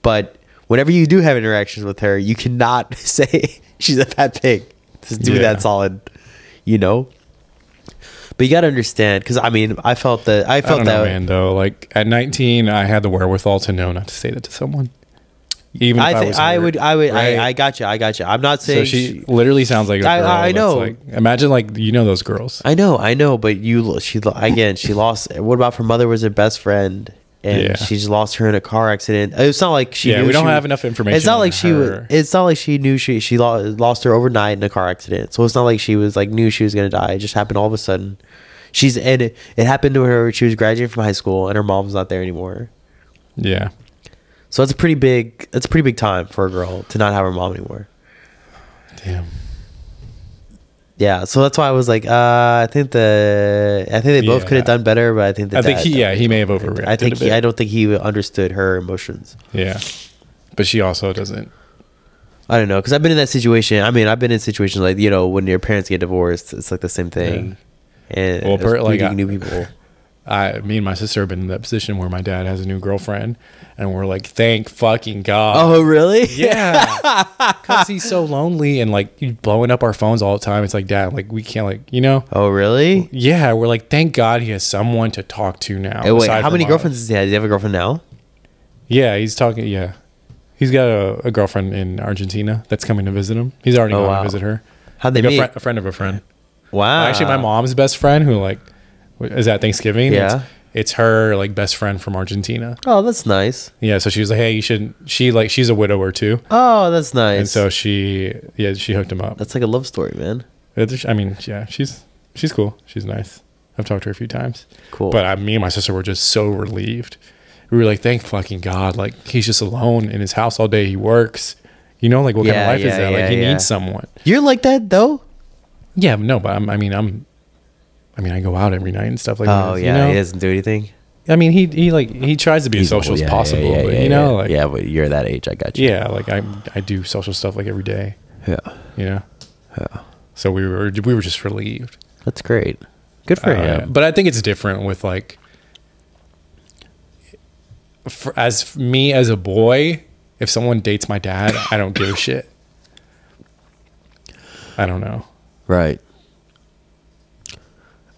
But whenever you do have interactions with her, you cannot *laughs* say she's a fat pig. Just do Yeah. that solid, you know." But you gotta understand, because I mean, I felt that I I felt don't know, that man. Though, like at nineteen, I had the wherewithal to know not to say that to someone. Even if I, I, think was I hurt, would, I would, right? I, I got you, I got you. I'm not so saying she literally sounds like a girl. I- I that's, know. Like, imagine like you know those girls. I know, I know, but you, lo- she lo- again, she lost. What about her mother was her best friend, and Yeah. she's lost her in a car accident. It's not like she. Yeah, knew we don't she- have enough information It's not on like she was. her. It's not like she knew she she lo- lost her overnight in a car accident. So it's not like she was like knew she was gonna die. It just happened all of a sudden. She's and it, it happened to her. She was graduating from high school, and her mom's not there anymore. Yeah. So that's a pretty big. That's a pretty big time for a girl to not have her mom anymore. Damn. Yeah, so that's why I was like, uh, I think the I think they both Yeah. could have done better, but I think the I think dad- he. Yeah, he may have overreacted. I think a he, bit. I don't think he understood her emotions. Yeah. But she also doesn't. I don't know because I've been in that situation. I mean, I've been in situations like you know when your parents get divorced, it's like the same thing, and Well, it's per- like, meeting I- new *laughs* people. I, me and my sister have been in that position where my dad has a new girlfriend, and we're like, thank fucking god. Oh, really? *laughs* yeah, because he's so lonely and like you blowing up our phones all the time. It's like, dad, like we can't, like you know. Oh, really? Yeah, we're like, thank God he has someone to talk to now. Hey, wait, how aside from many us." girlfriends does he have? Does he have a girlfriend now? Yeah, he's talking. Yeah, he's got a, a girlfriend in Argentina that's coming to visit him. He's already Oh, going wow. to visit her. How'd they Like, a, meet? Ah. friend, a friend of a friend. Wow. actually my mom's best friend who like w- is at Thanksgiving. Yeah. It's, it's her like best friend from Argentina. Oh, that's nice. Yeah. So she was like, Hey, you shouldn't she like she's a widower too. Oh, that's nice. And so she yeah, she hooked him up. that's like a love story, man. It's- I mean, yeah, she's she's cool. She's nice. I've talked to her a few times. Cool. But I, me and my sister were just so relieved. We were like, Thank fucking God. Like he's just alone in his house all day. He works. You know, like what kind Yeah, of life yeah, is that? yeah, like he yeah. needs someone. You're like that though. Yeah, no, but I'm, I mean I'm I mean I go out every night and stuff like that. Oh, yeah. He doesn't do anything. I mean, he he like he tries to be as He's old, social yeah, as yeah, possible, yeah, but yeah, you know, yeah. like yeah, yeah, but you're that age. I got you. like I I do social stuff like every day, yeah. you know. So we were we were just relieved, That's great. Good for Uh, him. but I think it's different with like, for, as f- me as a boy, if someone dates my dad, I don't give a shit. I don't know. Right.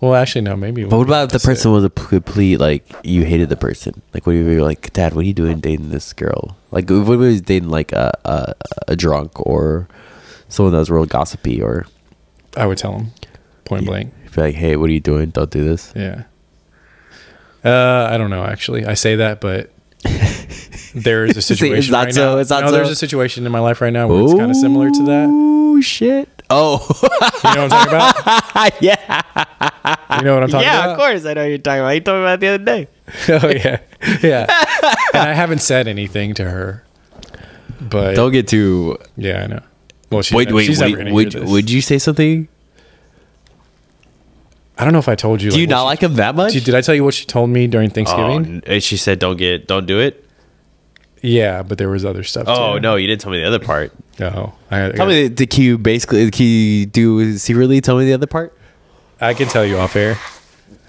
Well, actually, no. Maybe. But what about if the person was a p- complete like you hated the person? Like what if you were like, Dad, what are you doing dating this girl? Like what if he was dating like a, a a drunk or someone that was real gossipy or I would tell him point blank. be like, Hey, what are you doing? Don't do this. Yeah. Uh, I don't know. Actually, I say *laughs* that, but there is a See, it's situation. not right so, now. it's not No, There's so. a situation in my life right now where it's kind of similar to that. You Oh shit! Oh know what I'm talking *laughs* about? yeah, You know what I'm talking about? course. I know you're talking about. You talking about the other day. *laughs* oh yeah, yeah. and I haven't said anything to her, but Don't get too. yeah, I know. Well, she's Wait, never- wait, she's never wait. gonna Would hear this. would you say something? I don't know if I told you. Do you what not she- like him that much? Did- Did I tell you what she told me during Thanksgiving? Oh, and she said, "Don't get, don't do it." Yeah, but there was other stuff. Oh too. no, you didn't tell me the other part. no! I, I, Tell me, did you basically did you do secretly? Tell me the other part. I can tell you off air.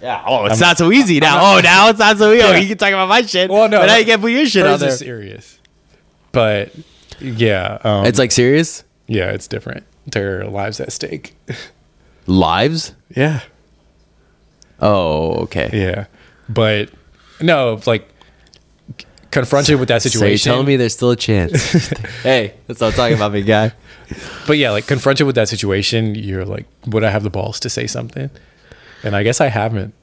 Yeah. Oh, it's not so easy now. oh, now it's not so easy. Oh, you can talk about my shit. Well, no, but now no. you can't put your shit out Hers there. is serious, but yeah, um, It's like serious yeah, it's different. Their lives at stake. *laughs* lives. Yeah, Oh, okay. yeah, but no, like confronted with that So you're situation. telling me there's still *laughs* a chance. hey, that's what I'm talking about, big guy. But yeah, like confronted with that situation, you're like, would I have the balls to say something? And I guess I haven't.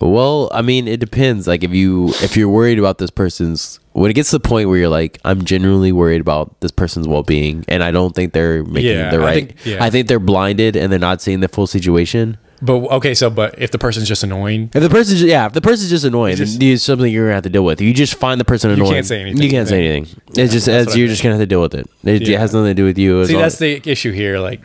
Well, I mean, it depends. Like if you if you're worried about this person's when it gets to the point where you're like, I'm genuinely worried about this person's well being, and I don't think they're making Yeah, the I right. I think- think, yeah. they're blinded and they're not seeing the full situation. But okay, so but if the person's just annoying, If the person's yeah, if the person's just annoying, just- then it's something you're gonna have to deal with. You just find the person annoying. can't say anything. You can't say anything. It's just it's, that's what I you're think. just gonna have to deal with it. It, it Yeah. has nothing to do with you. as see long- that's the issue here. Like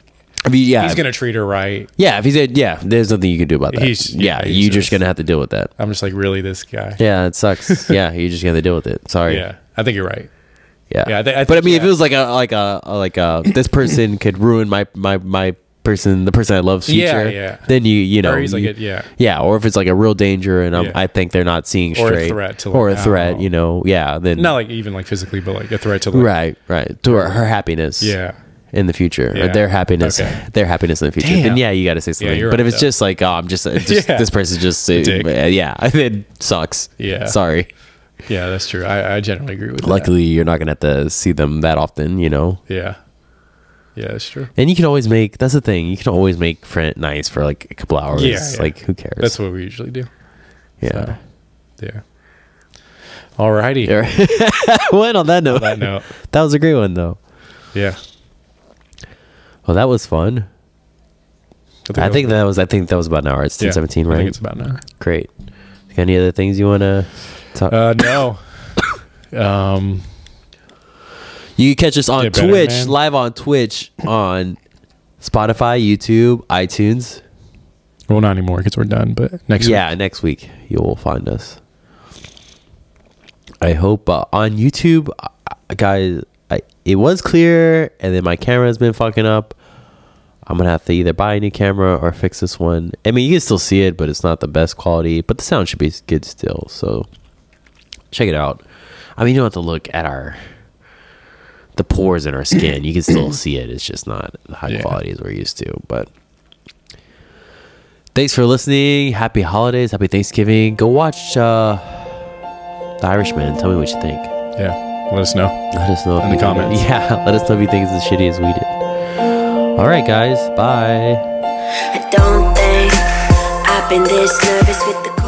I mean, yeah, he's gonna treat her right. yeah. If he's a, yeah, there's nothing you can do about that. He's- yeah, yeah, he's you're just just- gonna have to deal with that. I'm just like, really, this guy. Yeah, it *laughs* sucks. yeah, you're just gonna have to deal with it. Sorry. Yeah, I think you're right. Yeah. Yeah, I thi- I but I think- mean, if yeah. it was like a like a like *coughs* a this person could ruin my my my person, the person I love's Yeah, future. yeah. Then you you know Or he's like you- a- yeah. yeah. Or if it's like a real danger and I'm, Yeah. I think they're not seeing Or a straight threat to, or a like, oh. threat, ow. you know, yeah. Then Not like even like physically, but like a threat to like, right right to her, her happiness. Yeah. In the future, or Yeah. their happiness, Okay. their happiness in the future. Damn. Then yeah, you got to say something. you're but if right, it's though. just like, oh, I'm *laughs* just, uh, just Yeah. this person's just, uh, *laughs* dick. yeah, it sucks. Yeah. sorry. Yeah, that's true. I, I generally agree with Luckily, you're not gonna have to see them that often, you know. that. Yeah. Yeah, that's true. And you can always make that's the thing. You can always make friend nice for like a couple hours. Yeah, yeah. Like who cares? That's what we usually do. *laughs* yeah. Yeah. Alrighty. Yeah. what on that note? *laughs* That note. That was a great one though. Yeah. Well, that was fun. I think that was I think that was about an hour. It's ten yeah, seventeen, I right? think it's about an hour. great. Any other things you wanna talk? Uh, no. um, you can catch us on get better, Twitch, man. live on Twitch on Spotify, YouTube, iTunes. well, not anymore because we're done. But next week. yeah, next week you will find us. I hope uh, on YouTube, uh, guys. I, it was clear, and then my camera's been fucking up. I'm gonna have to either buy a new camera or fix this one. I mean, you can still see it, but it's not the best quality. But the sound should be good still. So check it out. I mean, you don't have to look at our the pores in our skin. You can *clears throat* still see it. It's just not the high Yeah. quality as we're used to. But thanks for listening. Happy holidays. Happy Thanksgiving. Go watch uh, The Irishman. Tell me what you think. Yeah. Let us know. Let us know if In the you think- comments. *laughs* Yeah, let us know if you think it's as shitty as we did. All right, guys. Bye. I don't think I've been this nervous with the